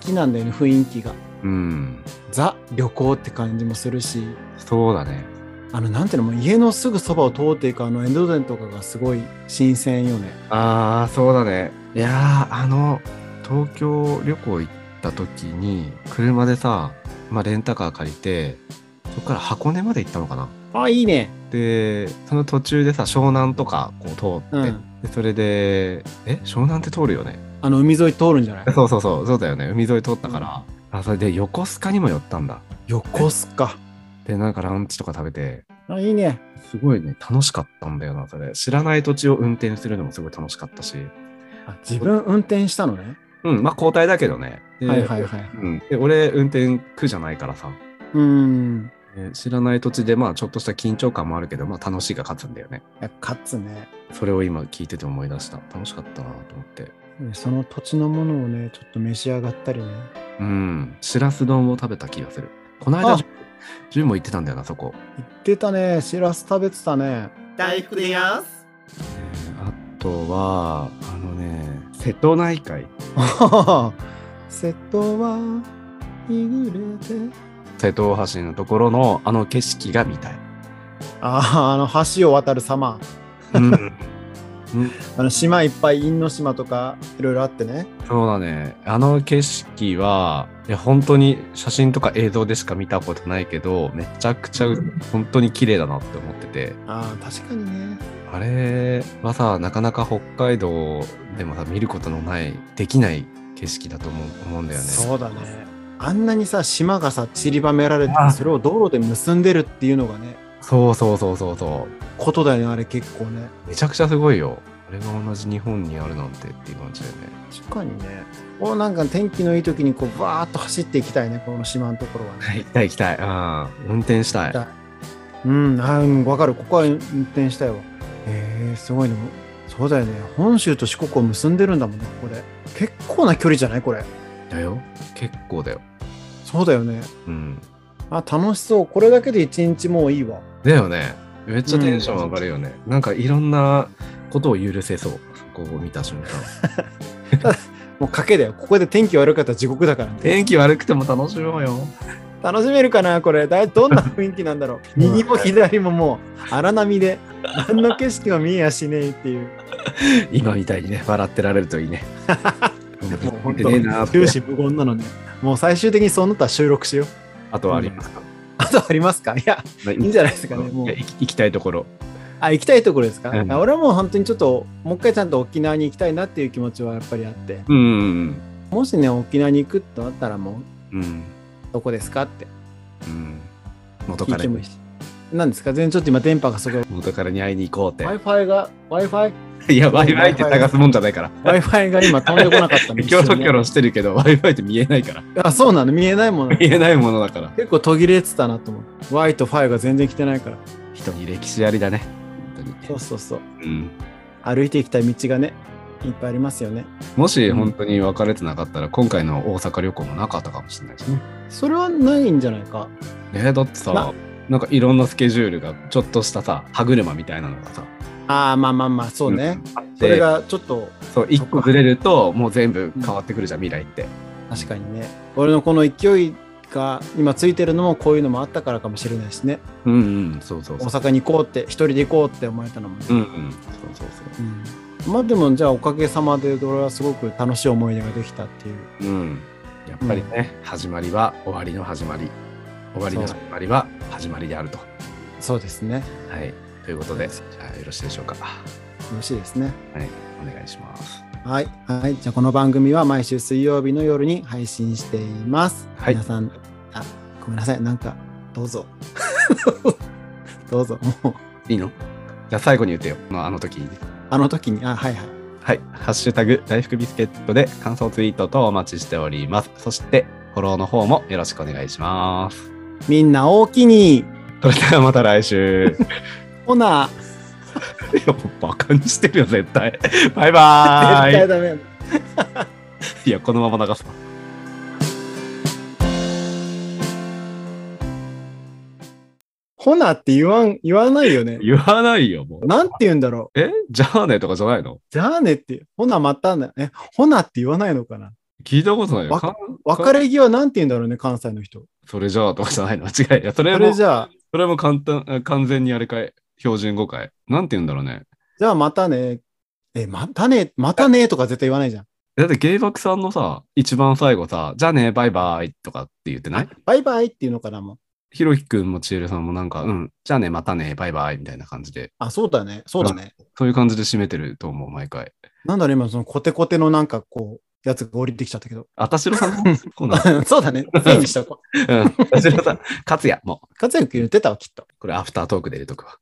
Speaker 2: きなんだよね雰囲気が
Speaker 1: うんうん。
Speaker 2: ザ旅行って感じもするし
Speaker 1: そうだね。
Speaker 2: あのなんていうのもう家のすぐそばを通っていくあの江ノ電とかがすごい新鮮よね
Speaker 1: ああ、そうだね。いやー、あの、東京旅行行った時に、車でさ、まあ、レンタカー借りて、そこから箱根まで行ったのかな。
Speaker 2: あいいね
Speaker 1: で、その途中でさ、湘南とかこう通って、
Speaker 2: うん
Speaker 1: でそれで、え湘南って通るよね。
Speaker 2: あの海沿い通るんじゃ ない
Speaker 1: そうそうそう、そうだよね。海沿い通ったから。あ、それで横須賀にも寄ったんだ。
Speaker 2: 横須賀
Speaker 1: で、なんかランチとか食べて、
Speaker 2: あいいね
Speaker 1: すごいね、楽しかったんだよな、それ。知らない土地を運転するのもすごい楽しかったし。
Speaker 2: あ自分運転したのね
Speaker 1: うん、まあ交代だけどね。で
Speaker 2: はいはいはい
Speaker 1: うん、で俺、運転苦じゃないからさ。
Speaker 2: うん
Speaker 1: で知らない土地で、まあちょっとした緊張感もあるけど、まあ楽しいが勝つんだよね。
Speaker 2: いや勝つね
Speaker 1: それを今聞いてて思い出した。楽しかったなと思って。
Speaker 2: その土地のものをねちょっと召し上がったりね
Speaker 1: うん、しらす丼を食べた気がする。この間
Speaker 2: あ、
Speaker 1: ジュンも行ってたんだよな、そこ。
Speaker 2: 言ってたねしらす食べてたね
Speaker 5: 大福でやんす。
Speaker 1: あとは、あのね、瀬戸内海。
Speaker 2: 瀬戸はいぐれて
Speaker 1: 瀬戸大橋のところのあの景色が見たい。
Speaker 2: あああの橋を渡る様
Speaker 1: うん
Speaker 2: あの島いっぱい因島とかいろいろあってね
Speaker 1: そうだね。あの景色は、いや本当に写真とか映像でしか見たことないけど、めちゃくちゃ本当に綺麗だなって思ってて、
Speaker 2: ああ確かにね
Speaker 1: あれはさ、なかなか北海道でもさ、見ることのない、できない景色だと思う思うんだよね。
Speaker 2: そうだねあんなにさ島がさ散りばめられてそれを道路で結んでるっていうのがね
Speaker 1: そうそうそうそうそう。
Speaker 2: ことだよねあれ結構ね
Speaker 1: めちゃくちゃすごいよ。あれが同じ日本にあるなんてっていう感じだよね。
Speaker 2: 確かにねこうなんか天気のいい時にこうバーッと走っていきたいねこの島のところはね
Speaker 1: 行きたい行きたい。うん。運転したい。
Speaker 2: だうんあうん分かるここは運転したいわえー、すごいねそうだよね本州と四国を結んでるんだもんねこれ結構な距離じゃないこれ
Speaker 1: だよ。結構だよ。
Speaker 2: そうだよね
Speaker 1: うん。
Speaker 2: あ楽しそうこれだけで一日もういいわ
Speaker 1: だよね。めっちゃテンション上がるよね。なんかいろんなことを許せそう。こう見た瞬間。
Speaker 2: もう賭けだよここで天気悪かったら地獄だからね
Speaker 1: 天気悪くても楽しもうよ。
Speaker 2: 楽しめるかなこれだいどんな雰囲気なんだろう
Speaker 1: うん
Speaker 2: 右も左ももう荒波であんな景色は見えやしねえっていう
Speaker 1: 今みたいにね、笑ってられるといいね。
Speaker 2: もう本
Speaker 1: 見てねえな
Speaker 2: 当
Speaker 1: ーって
Speaker 2: 終始無言なのねもう最終的にそうなったら収録しよう
Speaker 1: あとはありますか、
Speaker 2: あとありますかいや
Speaker 1: い
Speaker 2: いいんじゃないですかねもう
Speaker 1: いや行き行きたいところ。
Speaker 2: あ行きたいところですか、
Speaker 1: うん
Speaker 2: あ俺はもう本当にちょっともう一回ちゃんと沖縄に行きたいなっていう気持ちはやっぱりあって
Speaker 1: うんうん
Speaker 2: もしね沖縄に行くとなったらもう
Speaker 1: うん。うん。
Speaker 2: どこですかって
Speaker 1: うん。元
Speaker 2: 聞
Speaker 1: カ
Speaker 2: い
Speaker 1: レ
Speaker 2: てもいい
Speaker 1: に
Speaker 2: し何ですか全然ちょっと今電波がすごい
Speaker 1: 元カレに会いに行こうって。
Speaker 2: w i f i が w i f i
Speaker 1: いや、Wi-Fi って探すもんじゃないから。
Speaker 2: Wi-Fi が今飛んでこなかった んで
Speaker 1: キョロキョ
Speaker 2: 一
Speaker 1: ロしてるけど、Wi-Fi って見えないから。
Speaker 2: 緒にあ、そうなの見えないもの。
Speaker 1: 見えないものだから。
Speaker 2: 結構途切れてたなと思う。Y と Fi が全然来てないから。
Speaker 1: 人に歴史ありだね。本当に
Speaker 2: そう。そうそう。
Speaker 1: うん。
Speaker 2: 歩いていきたい道がね、いっぱいありますよね。
Speaker 1: もし本当に別れてなかったら、今回の大阪旅行もなかったかもしれないしね。
Speaker 2: それはないんじゃないか。
Speaker 1: えー、だって
Speaker 2: な
Speaker 1: さ、なんかいろんなスケジュールが、ちょっとしたさ、歯車みたいなのがさ、
Speaker 2: ああ、まあまあまあ、そうね。
Speaker 1: うん。あって
Speaker 2: それがちょっと、
Speaker 1: そう、一個ずれると、もう全部変わってくるじゃん、未来って。
Speaker 2: 確かにね。俺のこの勢いが今ついてるのもこういうのもあったからかもしれないしね。
Speaker 1: うんうん、そうそう
Speaker 2: 大
Speaker 1: そう。
Speaker 2: 阪に行こうって、一人で行こうって思えたのもね。
Speaker 1: うんうん、そうそうそう。
Speaker 2: うんまあでもじゃあおかげさまで俺はすごく楽しい思い出ができたっていう
Speaker 1: うん、やっぱりね、始まりは終わりの始まり終わりの
Speaker 2: そう
Speaker 1: 始まりは始まりであると。
Speaker 2: そうですね
Speaker 1: はい、ということでじゃあよろしいでしょうか。は
Speaker 2: よろしいですね
Speaker 1: い、お願いします。
Speaker 2: はい、はい、じゃあこの番組は毎週水曜日の夜に配信しています、
Speaker 1: はい
Speaker 2: 皆さんあごめんなさいなんかどうぞ どうぞもう
Speaker 1: いいのじゃあ最後に言ってよ、まああの時に。
Speaker 2: あの時にあはいはい
Speaker 1: はい、ハッシュタグ大福ビスケットで感想ツイートとお待ちしております。そしてフォローの方もよろしくお願いします。
Speaker 2: みんな大きに
Speaker 1: それではまた来週。
Speaker 2: ほな
Speaker 1: いやもうバカにしてるよ、絶対。 バイバ
Speaker 2: 絶
Speaker 1: ー
Speaker 2: 対ダメ
Speaker 1: イ。いや、このまま流すわ。
Speaker 2: ほなって言わん言わないよね
Speaker 1: 言わないよ、もう。
Speaker 2: なんて言うんだろう
Speaker 1: えじゃあねとかじゃないの
Speaker 2: じゃあねってほなまたねえほなって言わないのかな
Speaker 1: 聞いたことないよ。
Speaker 2: わ
Speaker 1: かん
Speaker 2: 別れ際なんて言うんだろうね関西の人
Speaker 1: それじゃあとかじゃないの間違いや。それ
Speaker 2: そ
Speaker 1: も、
Speaker 2: れ
Speaker 1: そ
Speaker 2: じゃあ
Speaker 1: れも簡単、あ完全にあれかい。標準語かい。なんて言うんだろうね。
Speaker 2: じゃあまたね。え、またね、またねとか絶対言わないじゃん。
Speaker 1: だってゲイバクさんのさ、一番最後さ、じゃあね、バイバイとかって言ってない
Speaker 2: バイバイっていうのかなもう。
Speaker 1: ひろひくんもちえるさんもなんか、うん、じゃあね、またね、バイバイみたいな感じで、
Speaker 2: あ、そうだね。そうだね。
Speaker 1: そういう感じで締めてると思う、毎回。
Speaker 2: なんだろう、今そのコテコテのなんかこう、やつが降りてきちゃったけど。
Speaker 1: あたしろさんもこ うな
Speaker 2: そうだね。せいにしとこう。
Speaker 1: の。うん。あたしろさん、勝也もう、
Speaker 2: 活躍言ってたわ、きっと。
Speaker 1: これアフタートークで入れとくわ。